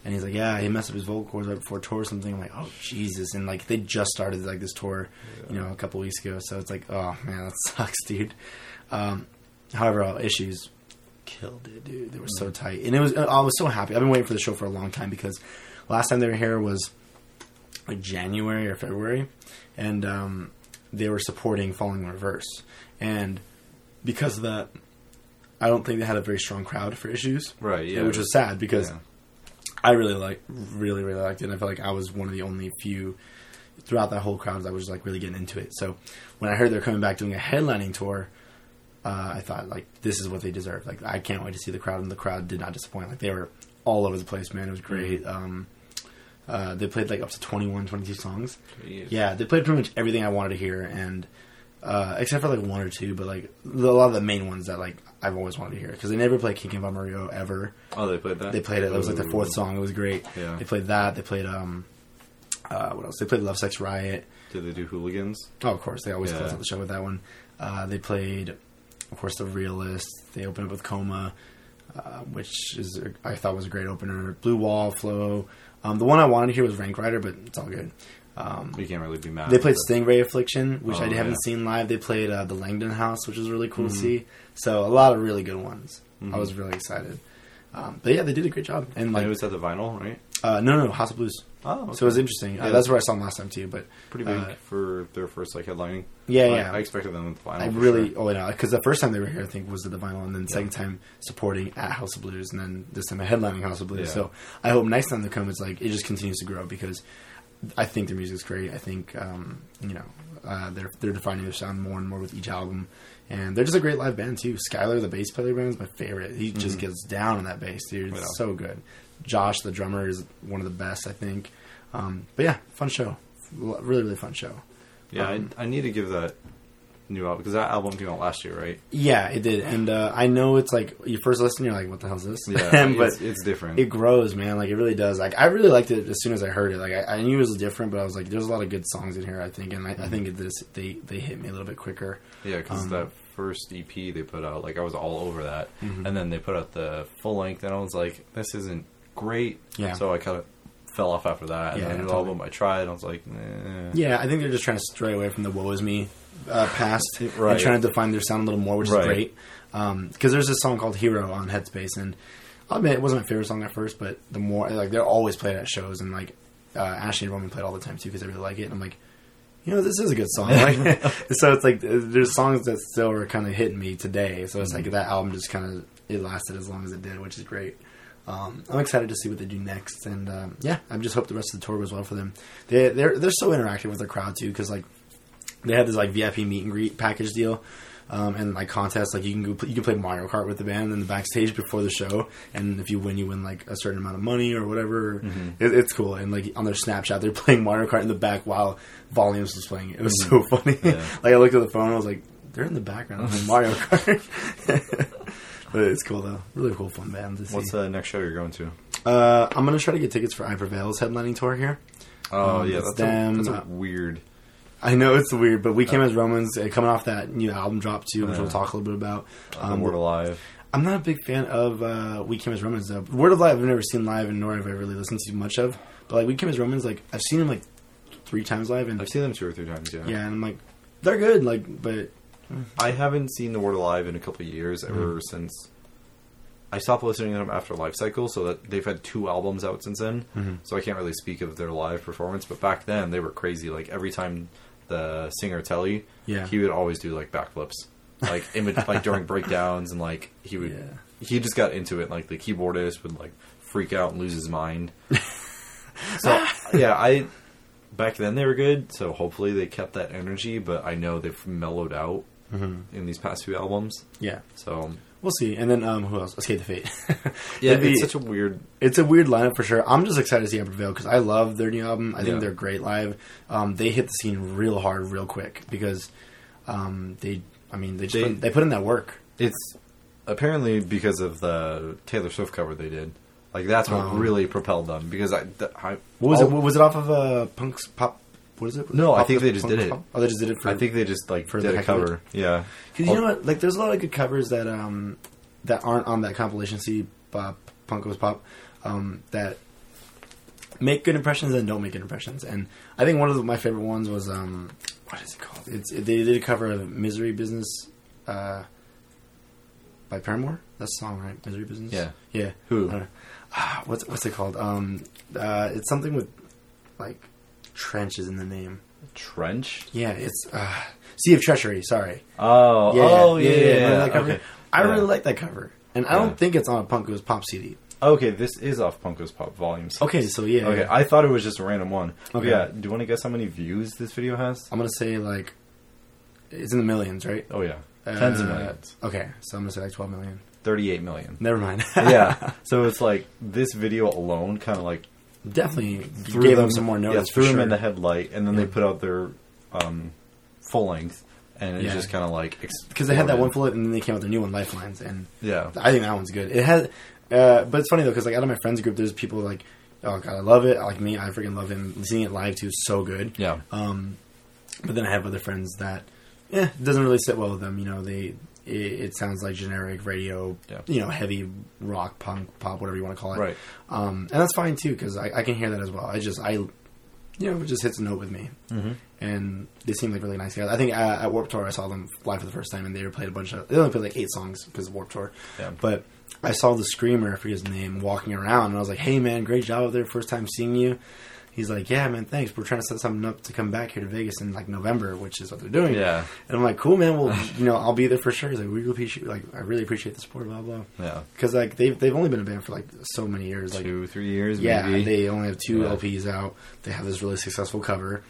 S1: And he's like, "Yeah, he messed up his vocal cords right before tour or something." I'm like, "Oh Jesus!" And like they just started like this tour, you know, a couple weeks ago. So it's like, "Oh man, that *laughs* sucks, dude." Um, however, all issues killed it, dude. They were so tight, and it was. I was so happy. I've been waiting for the show for a long time because last time they were here was like January or February, and um, they were supporting Falling in Reverse, and because of that, I don't think they had a very strong crowd for issues,
S2: Right, yeah.
S1: which was sad because
S2: Yeah.
S1: I really like, really, really liked it. And I felt like I was one of the only few throughout that whole crowd that was like really getting into it. So when I heard they're coming back doing a headlining tour, uh, I thought like this is what they deserve. Like I can't wait to see the crowd, and the crowd did not disappoint. Like they were all over the place, man. It was great. Um, uh, they played like up to 21, 22 songs.
S2: Jeez.
S1: Yeah, they played pretty much everything I wanted to hear, and uh, except for like one or two, but like the- a lot of the main ones that like I've always wanted to hear because they never play King of Mario ever.
S2: Oh, they played that.
S1: They played it. That was like the
S2: Ooh.
S1: fourth song. It was great.
S2: Yeah.
S1: They played that. They played um, uh, what else? They played Love, Sex, Riot.
S2: Did they do Hooligans?
S1: Oh, of course, they always
S2: Yeah.
S1: close out the show with that one. Uh, they played, of course, The Realist. They opened up with Coma, uh, which is I thought was a great opener. Blue Wall, Flow. Um, the one I wanted to hear was Rank Rider, but it's all good.
S2: You can't really be mad.
S1: They
S2: at
S1: played
S2: that.
S1: Stingray Affliction, which I
S2: Oh,
S1: haven't
S2: yeah. Mm-hmm.
S1: seen live. They played uh, the Langdon House, which was really cool to see. So a lot of really good ones. I was really excited. Um, but yeah, they did a great job. And
S2: And
S1: like
S2: it was at the vinyl, right?
S1: Uh, no, no, House of Blues.
S2: Oh, okay.
S1: So it was interesting. Uh,
S2: Yeah.
S1: that's where I saw them last time too. But
S2: pretty big
S1: uh,
S2: for their first like headlining.
S1: Yeah,
S2: I,
S1: yeah.
S2: I expected them in the final.
S1: I
S2: for
S1: really,
S2: sure.
S1: oh yeah, because the first time they were here, I think was at the vinyl, and then the second time supporting at House of Blues, and then this time at headlining House of Blues.
S2: Yeah.
S1: So I hope next time they come, it's like it just continues to grow because I think their music's great. I think um, you know uh, they're they're defining their sound more and more with each album, and they're just a great live band too. Skylar, the bass player, band is my favorite. He just gets down on that bass, dude. It's
S2: Mm-hmm. Yeah.
S1: so good. Josh, the drummer, is one of the best, I think. Um, but yeah, fun show, L- really really fun show.
S2: yeah.
S1: um,
S2: I, I need to give that new album because that album came out last year, right?
S1: Yeah, it did, and uh, I know it's like you first listen, you're like, "What the hell's this?" *laughs*
S2: Yeah,
S1: but
S2: it's, it's different.
S1: it grows, man. Like it really does. Like I really liked it as soon as I heard it. Like I, I knew it was different, but I was like, "There's a lot of good songs in here." I think, and I, I
S2: Mm-hmm.
S1: think this they they hit me a little bit quicker.
S2: yeah, because
S1: um,
S2: that first EP they put out, like I was all over that,
S1: Mm-hmm.
S2: and then they put out the full length, and I was like, this isn't great.
S1: Yeah.
S2: So I kind of fell off after that, and
S1: Yeah,
S2: then the new
S1: totally.
S2: album I tried, and I was like, nah.
S1: Yeah, I think they're just trying to stray away from the "woe is me" uh, past
S2: Right.
S1: and trying to define their sound a little more, which
S2: Right.
S1: is great. Because there's this song called "Hero" on Headspace, and I admit it wasn't my favorite song at first, but the more like they're always played at shows, and like uh, Ashley and Roman played all the time too because I really like it. And I'm like, you know, this is a good
S2: *laughs*
S1: song. Like, *laughs* so it's like uh, there's songs that still are kind of hitting me today. So it's
S2: Mm-hmm.
S1: like that album just kind of it lasted as long as it did, which is great. Um, I'm excited to see what they do next, and um, yeah, I just hope the rest of the tour goes well for them. They they're they're so interactive with their crowd too, because like they had this like VIP meet and greet package deal. Um, and like contests, like you can go, pl- you can play Mario Kart with the band in the backstage before the show, and if you win, you win like a certain amount of money or whatever.
S2: Mm-hmm.
S1: It, it's cool. And like on their Snapchat, they're *laughs* playing Mario Kart in the back while Volumes was playing. It was so funny.
S2: Mm-hmm. Yeah.
S1: *laughs* like I looked at the phone, I was like, they're in the
S2: *laughs*
S1: background playing Mario Kart. *laughs* but it's cool though. Really cool, fun band. To see.
S2: What's the next show you're going to?
S1: Uh, I'm gonna try to get tickets for I Prevail's headlining tour here.
S2: Oh
S1: Um,
S2: yeah,
S1: it's
S2: that's, a, that's
S1: them, uh,
S2: a weird.
S1: I know it's weird, but we came as Romans uh, coming off that new album drop too, which
S2: Oh. Yeah.
S1: we'll talk a little bit about.
S2: Um,
S1: Um,
S2: Word alive.
S1: I'm not a big fan of uh, We Came as Romans though. Word of Life I've never seen live, and nor have I really listened to much of. But like We Came as Romans, like I've seen them like three times live, and
S2: I've seen them two or three times. Yeah.
S1: yeah, and I'm like they're good, like but
S2: I haven't seen the Word Alive in a couple of years, ever since I stopped listening to them after Life Cycle. So that they've had two albums out since then. So I can't really speak of their live performance. But back then, they were crazy. Like every time the singer Telly,
S1: Yeah.
S2: he would always do like backflips, like image, like during breakdowns, and like he would,
S1: Yeah.
S2: he just got into it. Like the keyboardist would like freak out and lose his
S1: *laughs*
S2: mind. so yeah, I back then they were good, so hopefully they kept that energy. But I know they've mellowed out
S1: Mm-hmm.
S2: in these past few albums.
S1: yeah,
S2: So
S1: we'll see. And then um, who else? Escape the Fate. *laughs*
S2: yeah,
S1: It'd be-
S2: it's such a weird.
S1: it's a weird lineup for sure. I'm just excited to see Emperor Prevail because I love their new album. I think
S2: Yeah.
S1: they're great live. Um, they hit the scene real hard, real quick because um, they, I mean, they just
S2: They-
S1: put, they put in that work.
S2: It's apparently because of the Taylor Swift cover they did. Like that's what
S1: Oh.
S2: really propelled them because I. th- I
S1: What was
S2: all-
S1: it? What was it off of uh, Punk's Pop? What is it?
S2: Oh. No, I
S1: Pop-
S2: think they just
S1: Punk's
S2: did it.
S1: Pop? Oh, they just did it for.
S2: I think they just like
S1: For
S2: did
S1: the
S2: a
S1: heck of it.
S2: cover. Yeah.
S1: because you know what? Like, there's a lot of good covers that um that aren't on that compilation CD, uh, Punk Goes Pop, um, that make good impressions and don't make good impressions. And I think one of the, my favorite ones was um what is it called? It's they did a cover of Misery Business, uh, by Paramore. That's the song, right? Misery Business.
S2: Yeah.
S1: Yeah.
S2: Who?
S1: I don't know. Ah, what's what's it called? Um, uh, it's something with like trenches in the name.
S2: Trench.
S1: Yeah, it's uh, Sea of Treachery. Sorry.
S2: Oh.
S1: Yeah,
S2: oh yeah.
S1: yeah,
S2: yeah,
S1: remember that cover?
S2: Okay.
S1: I
S2: Yeah.
S1: really like that cover, and I
S2: Yeah.
S1: don't think it's on a Punk Goes Pop CD.
S2: Okay, this is off Punko's Pop Volumes.
S1: Okay, so yeah,
S2: Okay, I thought it was just a random one.
S1: Okay.
S2: Yeah, do you want to guess how many views this video has?
S1: I'm gonna say like it's in the millions, right?
S2: Oh yeah, tens of
S1: Uh,
S2: millions,
S1: Okay, so I'm gonna say like 12 million.
S2: thirty-eight
S1: *laughs*
S2: million.
S1: Never mind.
S2: *laughs* yeah, so it's like this video alone kind of like
S1: definitely
S2: threw
S1: gave
S2: them
S1: them some more
S2: yeah,
S1: notice.
S2: threw
S1: for
S2: them
S1: sure.
S2: in the headlight, and then they
S1: Yeah.
S2: put out their um, full length, and it
S1: Yeah.
S2: just kind of like
S1: because they had that one full, and then they came out with their new one, Lifelines, and
S2: Yeah.
S1: I think that one's good. It has, uh, but it's funny though because like out of my friends group, there's people like, oh god, I love it. Like me, I freaking love him. Seeing it live too is so good.
S2: Yeah.
S1: Um, but then I have other friends that, eh, it doesn't really sit well with them. You know, they it, it sounds like generic radio,
S2: Yeah.
S1: you know, heavy rock, punk, pop, whatever you want to call it.
S2: Right.
S1: Um, and that's fine too because I, I can hear that as well. I just I, you know, it just hits a note with me. Mm-hmm. And they seem like really nice guys. I think uh, at Warp Tour I saw them live for the first time, and they played a bunch of. They only played like eight songs because of Warp Tour.
S2: Yeah.
S1: But I saw the screamer, I forget his name, walking around, and I was like, "Hey, man, great job up there! First time seeing you." He's like, "Yeah, man, thanks. We're trying to set something up to come back here to Vegas in like November, which is what they're doing."
S2: Yeah.
S1: and I'm like, "Cool, man.
S2: *laughs*
S1: Well, you know, I'll be there for sure." He's like, "We really appreciate, like, I really appreciate the support, blah blah."
S2: Yeah.
S1: Because like they've they've only been a band for like so many years, Uh, like
S2: Two, three years
S1: yeah,
S2: maybe.
S1: they only have two
S2: Yeah.
S1: LPs out. They have this really successful cover,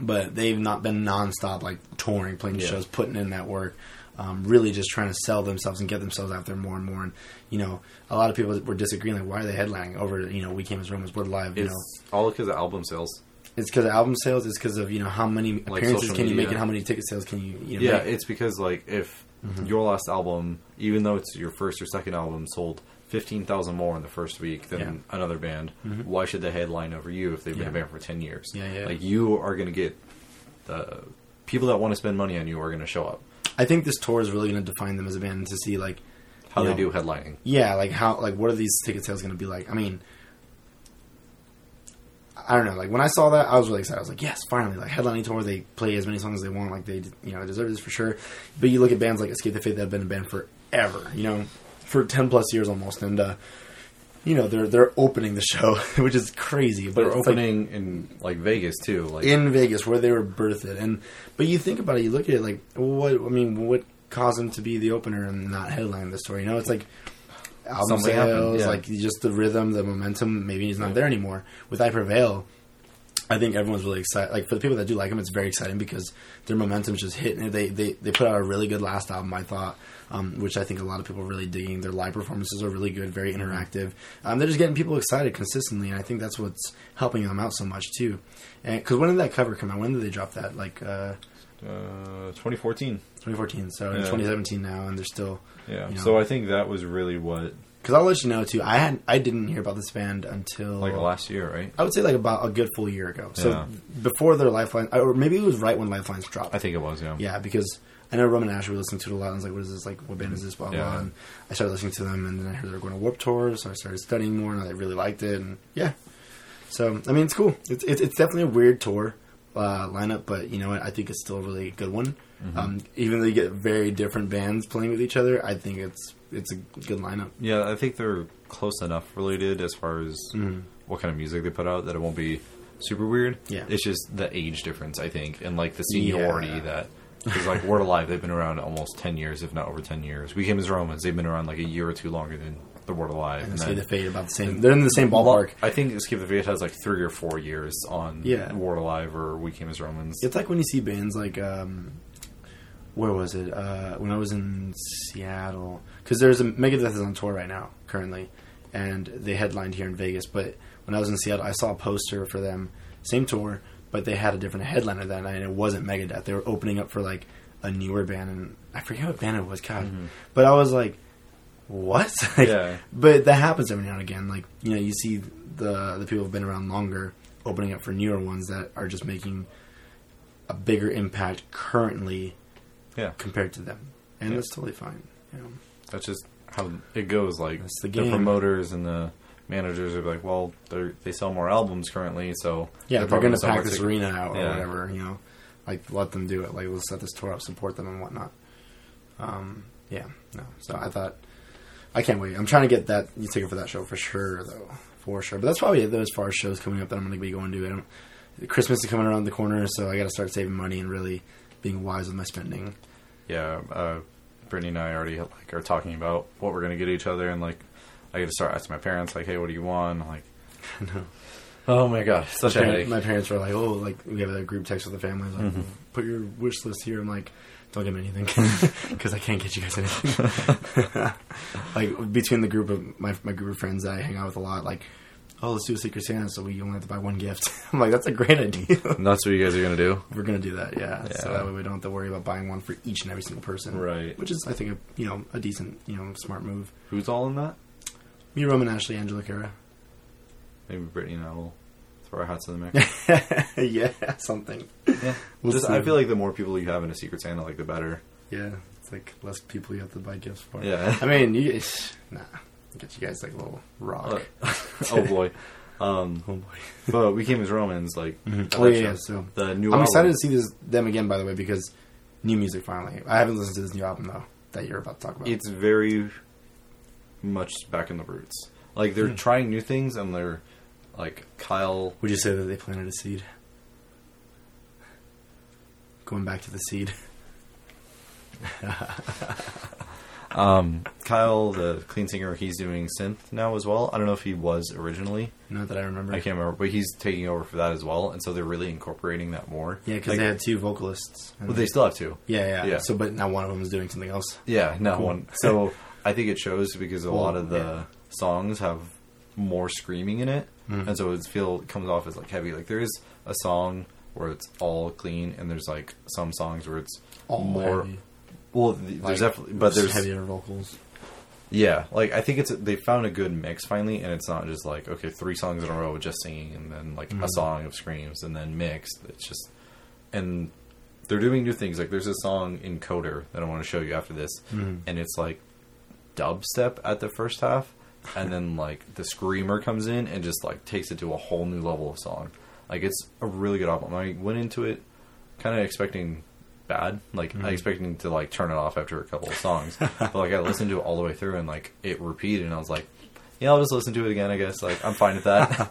S1: but they've not been nonstop like touring, playing
S2: Yeah.
S1: shows, putting in that work. Um, really, just trying to sell themselves and get themselves out there more and more. And you know, a lot of people were disagreeing, like, why are they headlining over? You know, we came as Romans, we're live. You know,
S2: it's all because of album sales.
S1: it's because of album sales. It's because of you know how many appearances
S2: social
S1: can you make
S2: media.
S1: and how many ticket sales can you you know.
S2: Yeah,
S1: make.
S2: it's because like if
S1: Mm-hmm.
S2: your last album, even though it's your first or second album, sold fifteen thousand more in the first week than
S1: Yeah. Mm-hmm.
S2: another band, why should they headline over you if they've been
S1: Yeah.
S2: a band for ten years?
S1: Yeah, yeah.
S2: Like you are going to get the people that want to spend money on you are going to show up.
S1: I think this tour is really going to define them as a band to see like
S2: How
S1: you
S2: they
S1: know,
S2: do headlining?
S1: yeah, like how like what are these ticket sales going to be like? I mean, I don't know. Like when I saw that, I was really excited. I was like, yes, finally! Like headlining tour, they play as many songs as they want. Like they, you know, deserve this for sure. But you look at bands like Escape the Fate that have been a band forever, you know, for ten plus years almost, and uh, you know they're they're opening the show, *laughs* which is crazy. But
S2: They're
S1: it's like-
S2: opening in like Vegas too. Like
S1: in Vegas where they were birthed. And but you think about it, you look at it like what I mean, what caused them to be the opener and not headline the story? You know, it's like album
S2: Something happened,
S1: sales,
S2: yeah.
S1: like just the rhythm, the momentum. Maybe he's not there anymore. With I Prevail, I think everyone's really excited. Like for the people that do like them, it's very exciting because their momentum's just hitting. They they they put out a really good last album, I thought, um, which I think a lot of people are really digging. Their live performances are really good, very interactive. Um, they're just getting people excited consistently, and I think that's what's helping them out so much too. And because when did that cover come out? When did they drop that? Like uh,
S2: uh, 2014.
S1: 2014. So in
S2: Yeah.
S1: 2017 now, and they're still.
S2: Yeah.
S1: You know.
S2: So I think that was really what
S1: Because I'll let you know too. I had I didn't hear about this band until
S2: like last year, right?
S1: I would say like about a good full year ago. So
S2: Yeah.
S1: before their Lifeline, or maybe it was right when Lifelines dropped.
S2: I think it was. Yeah.
S1: Yeah, because I know Roman Ash we listened to it a lot. And I was like, "What is this? Like, what band is this?" Blah blah.
S2: Yeah.
S1: And I started listening to them, and then I heard they were going to Warp Tour, so I started studying more, and I really liked it. And yeah, so I mean, it's cool. It's it's, it's definitely a weird tour uh, lineup, but you know what? I think it's still a really good one.
S2: Mm-hmm.
S1: Um, even though you get very different bands playing with each other, I think it's it's a good lineup.
S2: Yeah, I think they're close enough related as far as
S1: Mm-hmm.
S2: what kind of music they put out that it won't be super weird.
S1: Yeah.
S2: It's just the age difference, I think, and like the seniority
S1: Yeah.
S2: that is like we're alive. They've been around almost 10 years, if not over 10 years. We came as Romans. They've been around like a year or two longer than the Word Alive.
S1: And
S2: and
S1: see
S2: then-
S1: the fade about the same. They're in the same ballpark.
S2: I think Skip the Viet has like three or four years on
S1: Yeah.
S2: Word Alive or We Came as Romans.
S1: It's like when you see bands like um, where was it? Uh, when I was in Seattle, because there's a Megadeth is on tour right now currently, and they headlined here in Vegas. But when I was in Seattle, I saw a poster for them, same tour, but they had a different headliner that night. and It wasn't Megadeth. They were opening up for like a newer band, and I forget what band it was. God, but I was like, what? *laughs* Like,
S2: Yeah.
S1: But that happens every now and again. Like you know, you see the the people who've been around longer opening up for newer ones that are just making a bigger impact currently
S2: Yeah.
S1: compared to them, and
S2: Yeah.
S1: that's totally fine. You know,
S2: That's just how it goes. Like
S1: That's the
S2: the,
S1: game.
S2: promoters and the managers are like, well, they they sell more albums currently, so
S1: yeah,
S2: they're
S1: if they're
S2: probably
S1: going to
S2: sell more
S1: pack this
S2: tickets.
S1: arena out or
S2: Yeah.
S1: whatever. You know, like let them do it. Like let's set this tour up, support them, and whatnot. Um, yeah, no. So I thought I can't wait. I'm trying to get that you ticket for that show for sure, though, for sure. But that's probably it though, as far as shows coming up that I'm going to be going to. I don't, Christmas is coming around the corner, so I got to start saving money and really being wise with my spending.
S2: Yeah, uh, Brittany and I already like are talking about what we're gonna get each other, and like I got to start asking my parents, like, hey, what do you want? I'm like,
S1: *laughs* no.
S2: oh my god, such a
S1: Parent-
S2: headache.
S1: my parents were like, "Oh, like we have a group text with the family. Like,
S2: Mm-hmm.
S1: put your wish list here." I'm like, "Don't give me
S2: *laughs*
S1: anything *laughs* because I can't get you guys anything." like between the group of my my group of friends that I hang out with a lot, like, "Oh, let's do a Secret Santa, so we only have to buy one gift." *laughs* I'm like, "That's a great idea. *laughs*
S2: And that's what you guys are gonna do.
S1: We're gonna do that, yeah. So
S2: Yeah.
S1: that way we don't have to worry about buying one for each and every single person,
S2: Right.
S1: Which is, I think, a you know a decent you know smart move.
S2: Who's all in that?
S1: Me, Roman, Ashley, Angela, Kara. *laughs*
S2: Maybe Brittany and I will throw our hats in the mix.
S1: yeah, something.
S2: yeah,
S1: We'll
S2: just
S1: see.
S2: I feel like the more people you have in a Secret Santa, like the better.
S1: Yeah, it's like less people you have to buy gifts for.
S2: Yeah.
S1: *laughs* I mean, you it's- nah, get you guys like a little rock. *laughs*
S2: oh boy. Um,
S1: oh boy,
S2: but we came as Romans, like *laughs*
S1: Mhm.
S2: that
S1: Oh, yeah,
S2: show-
S1: yeah, so-
S2: the new.
S1: I'm excited
S2: album.
S1: to see this them again. By the way, because new music finally. I haven't listened to this new album though that you're about to talk about.
S2: It's very much back in the roots. Like
S1: Hmm.
S2: they're trying new things and they're like Kyle.
S1: Would you say that they planted a seed? Going back to the seed. *laughs*
S2: Kyle, the clean singer, he's doing synth now as well. I don't know if he was originally.
S1: Not that I remember.
S2: I can't remember, but he's taking over for that as well. And so they're really incorporating that more.
S1: Yeah, because
S2: Like,
S1: they had two vocalists. and-
S2: well, they still have to.
S1: yeah, yeah,
S2: Yeah.
S1: So, but now one of them is doing something else.
S2: Yeah, no one. So I think it shows because a
S1: Well,
S2: lot of the
S1: yeah.
S2: songs have more screaming in it,
S1: Mm-hmm.
S2: and so it's feel it comes off as like heavy. Like there is a song where it's all clean, and there's like some songs where it's
S1: All
S2: more.
S1: heavy.
S2: Well, th-
S1: Like,
S2: there's definitely, but
S1: just
S2: there's
S1: heavier vocals.
S2: yeah, like I think it's they found a good mix finally, and it's not just like okay, three songs in a row with just singing, and then like a song of screams, and then mixed. It's just and they're doing new things. Like there's a song in Coder that I want to show you after this, and it's like dubstep at the first half, and then like the screamer comes in and just like takes it to a whole new level of song. Like it's a really good album. I went into it kind of expecting bad, like I expecting to like turn it off after a couple of songs, but like I listened to it all the way through and like it repeated, and I was like, yeah, I'll just listen to it again. I guess like I'm fine with that.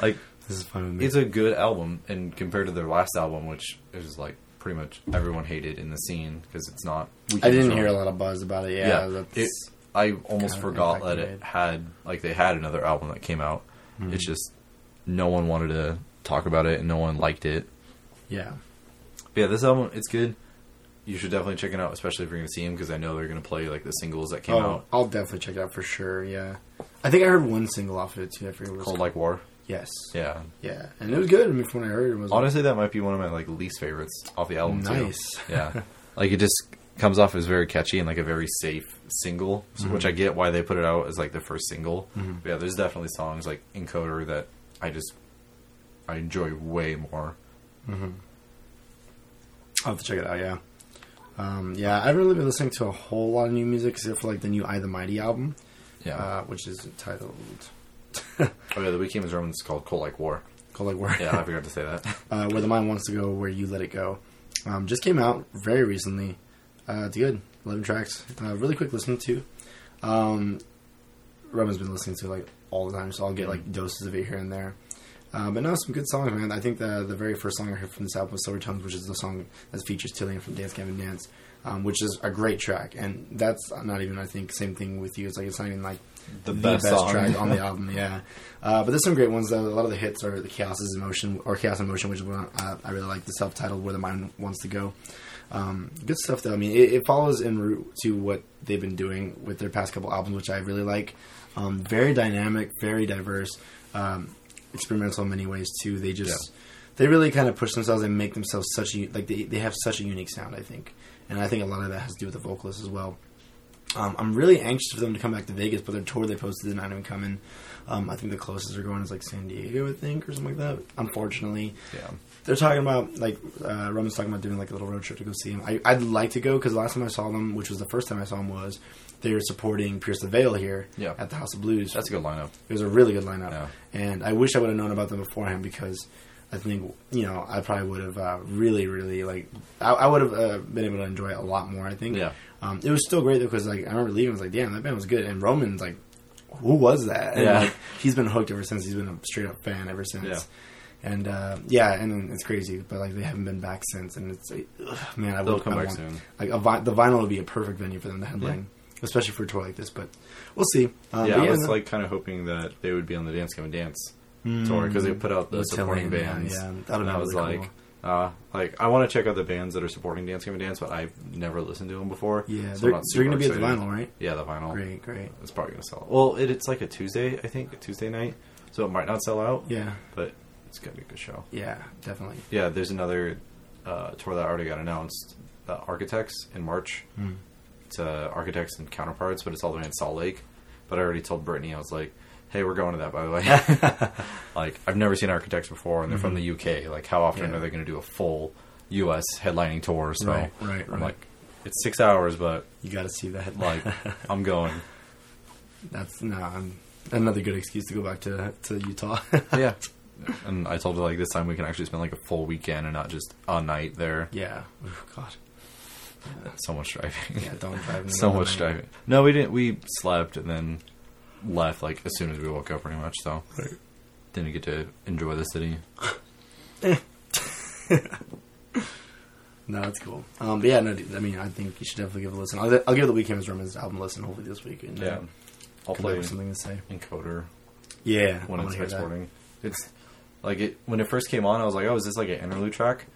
S2: like
S1: This is fun with me.
S2: it's a good album, and compared to their last album, which is like pretty much everyone hated in the scene because it's not.
S1: I didn't hear a lot of buzz about it. Yeah, that's
S2: it, I almost
S1: kinda
S2: forgot that
S1: impacted
S2: it
S1: it.
S2: had like they had another album that came out. It's just no one wanted to talk about it, and no one liked it.
S1: yeah.
S2: But yeah, this album it's good. You should definitely check it out, especially if you're going to see them, because I know they're going to play like the singles that came
S1: Oh,
S2: out
S1: I'll definitely check it out for sure. Yeah, I think I heard one single off of it too. I forget what it was
S2: called
S1: called.
S2: Like War.
S1: Yes.
S2: Yeah,
S1: Yeah, and it was good. I mean, from what I heard, it was
S2: honestly, that might be one of my like least favorites off the album. too.
S1: nice. *laughs*
S2: yeah like it just comes off as very catchy and like a very safe single so- which
S1: Mm-hmm.
S2: i get why they put it out as like the first single But yeah there's definitely songs like encoder that i just i enjoy way more
S1: I'll have to check it out. Yeah, um, yeah. I haven't really been listening to a whole lot of new music except for like the new "I the Mighty" album,
S2: yeah
S1: uh, which is *laughs* entitled
S2: oh yeah the weekend was roman it's called cold like war
S1: "Called Like Where
S2: yeah i forgot to
S1: *laughs*
S2: say that
S1: uh, Where the Mind Wants to Go, Where You Let It Go." Um, just came out very recently. Uh, it's good. Eleven tracks. Uh, really quick listening to. Um, Roman's been listening to like all the time, so I'll get like doses of it here and there. Uh, but no, some good songs, man. I think the the very first song I heard from this album was Silver Tongues, which is the song that features Tillian from Dance Gavin Dance, um, which is a great track. And that's not even, I think, same thing with you. It's like it's not even like
S2: The best song.
S1: track
S2: *laughs*
S1: on the album, yeah. Uh, but there's some great ones though. A lot of the hits are the Chaos is Emotion or Chaos in Motion, which is one uh, I really like. The self-titled Where the Mind Wants to Go. Um, good stuff though. I mean, it, it follows en route to what they've been doing with their past couple albums, which I really like. Um, very dynamic, very diverse, um, experimental in many ways too. They just they really kind of push themselves and make themselves such a u- like they they have such a unique sound. I think, and I think a lot of that has to do with the vocalists as well. Um, I'm really anxious for them to come back to Vegas, but their tour they posted did not even come in. Um, I think the closest they're going is like San Diego, I think, or something like that. Unfortunately,
S2: yeah
S1: they're talking about like uh, Roman's talking about doing like a little road trip to go see him. I, I'd like to go because last time I saw them, which was the first time I saw them, was they were supporting Pierce the Veil here
S2: Yeah.
S1: at the House of Blues.
S2: that's a good lineup
S1: It was a really good lineup,
S2: Yeah.
S1: and I wish I would have known about them beforehand because I think you know I probably would have uh, really, really like I, I would have uh, been able to enjoy it a lot more. I think.
S2: Yeah.
S1: Um, it was still great though because like I remember leaving, I was like, damn, that band was good, and Roman's like, who was that? And,
S2: Yeah.
S1: like, he's been hooked ever since. He's been a straight up fan ever since.
S2: Yeah.
S1: And uh, yeah, and it's crazy, but like they haven't been back since, and it's like, ugh, man, I
S2: They'll
S1: would-
S2: come
S1: I
S2: back
S1: want-
S2: soon.
S1: Like a vi- the vinyl would be a perfect venue for them to headline, especially for a tour like this. But we'll see. Um,
S2: yeah
S1: but
S2: i was
S1: no. Hmm.
S2: like kind of hoping that they would be on the dance come and dance tour because they put out the
S1: With
S2: supporting
S1: Tillian, yeah,
S2: bands
S1: yeah. That'd
S2: and
S1: be
S2: i was
S1: really
S2: like uh, like I want to check out the bands that are supporting Dance Come and Dance, but I've never listened to them before.
S1: Yeah,
S2: so
S1: they're,
S2: I'm not
S1: they're
S2: super
S1: going to be at the
S2: excited.
S1: vinyl, right?
S2: Yeah, the vinyl.
S1: Great, great.
S2: It's probably gonna sell. Well, it, it's like a Tuesday, I think, a Tuesday night, so it might not sell out.
S1: Yeah,
S2: but it's gonna be a good show.
S1: yeah, definitely.
S2: Yeah, there's another uh, tour that already got announced, uh, Architects in March. It's uh, Architects and Counterparts, but it's all the way in Salt Lake. But I already told Brittany, I was like, "Hey, we're going to that." By the way, *laughs* like I've never seen Architects before, and they're from the UK. Like, how often
S1: Mm-hmm. Yeah.
S2: are they gonna do a full US headlining tour? So
S1: Right, right,
S2: I'm
S1: right.
S2: like, it's six hours, but
S1: You got to see that.
S2: like I'm going.
S1: *laughs* That's no, I'm, another good excuse to go back to to Utah. *laughs*
S2: yeah. And I told her like this time we can actually spend like a full weekend and not just a night there.
S1: yeah. Oh, God.
S2: So much driving.
S1: Yeah, don't drive. in the
S2: *laughs* so
S1: middle of
S2: much
S1: the night.
S2: driving. No, we didn't. We slept and then left like as soon as we woke up, pretty much. So didn't get to enjoy the city.
S1: No, that's cool. Um, but yeah, no, dude, I mean, I think you should definitely give a listen. I'll, I'll give the Weekend's Romans album a listen hopefully this week. And, uh, come
S2: I'll
S1: back
S2: play
S1: with something to say.
S2: encoder
S1: Yeah,
S2: when
S1: I
S2: it's
S1: wanna hear that.
S2: exporting. It's like it when it first came on. I was like, oh, is this like an interlude track?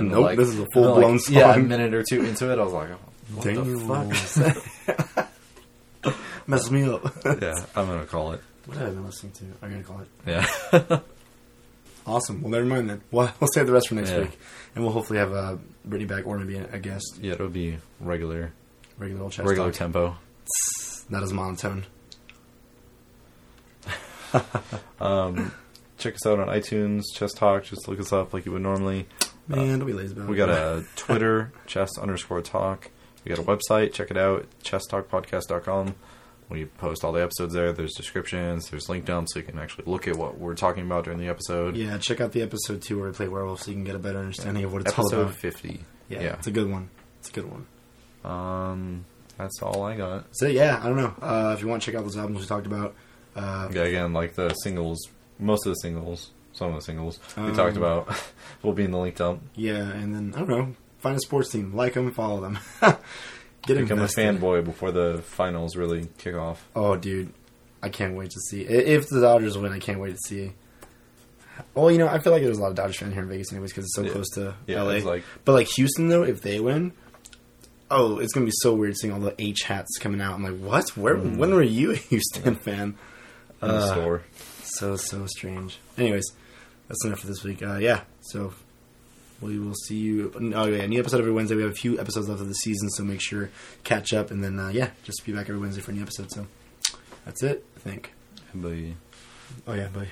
S1: Nope,
S2: like,
S1: this is a
S2: and,
S1: full-blown
S2: like, Yeah, a
S1: song.
S2: minute or two into it, I was like, oh, what the
S1: the
S2: *laughs*
S1: fuck? *laughs* Messes me up. *laughs*
S2: fuck? yeah, I'm gonna call it.
S1: what have I been listening to? I'm gonna call it. *laughs*
S2: Yeah,
S1: Awesome. Well, never mind then. We'll, *laughs* we'll save the rest for next
S2: Yeah.
S1: week, and we'll hopefully have uh, Brittany back or maybe a guest,
S2: yeah, it'll be regular,
S1: regular old chest.
S2: regular
S1: talk.
S2: tempo.
S1: Not as monotone.
S2: Um, Check us out on iTunes, Chess Talk. Just look us up like you would normally.
S1: Man, don't be lazy about it.
S2: Uh, We got a Twitter, chess underscore talk. We got a website. Check it out, chesstalkpodcast.com. We post all the episodes there. There's descriptions. There's link dumps, so you can actually look at what we're talking about during the episode.
S1: Yeah, check out the episode two where we play werewolf, so you can get a better understanding of what it's all
S2: episode
S1: about.
S2: 50.
S1: Yeah,
S2: yeah.
S1: it's a good one. It's a good one.
S2: Um, that's all I got.
S1: So yeah, I don't know. Uh, if you want to check out those albums we talked about, uh,
S2: Yeah, again, like the singles, most of the singles, some of the singles we
S1: Um,
S2: talked about *laughs* will be in the link dump.
S1: yeah, and then I don't know, find a sports team, like them, follow them, *laughs* get
S2: Become a
S1: invested.
S2: fanboy before the finals really kick off.
S1: Oh, dude, I can't wait to see. i- If the Dodgers win, I can't wait to see. Well, you know, I feel like there's a lot of Dodgers fans here in Vegas, anyways, because it's so
S2: Yeah.
S1: close to
S2: Yeah,
S1: LA.
S2: it's like-
S1: but like Houston, though, if they win, oh, it's gonna be so weird seeing all the H hats coming out. I'm like, what? Where?
S2: Mm.
S1: When were you a *laughs* Houston fan?
S2: In
S1: Uh,
S2: the store.
S1: So so strange. Anyways, that's enough for this week. Uh, yeah, so we will see you. Oh yeah, new episode every Wednesday. We have a few episodes left of the season, so make sure catch up, and then uh, yeah, just be back every Wednesday for a new episode. So that's it, I think.
S2: But-
S1: Oh yeah, bye.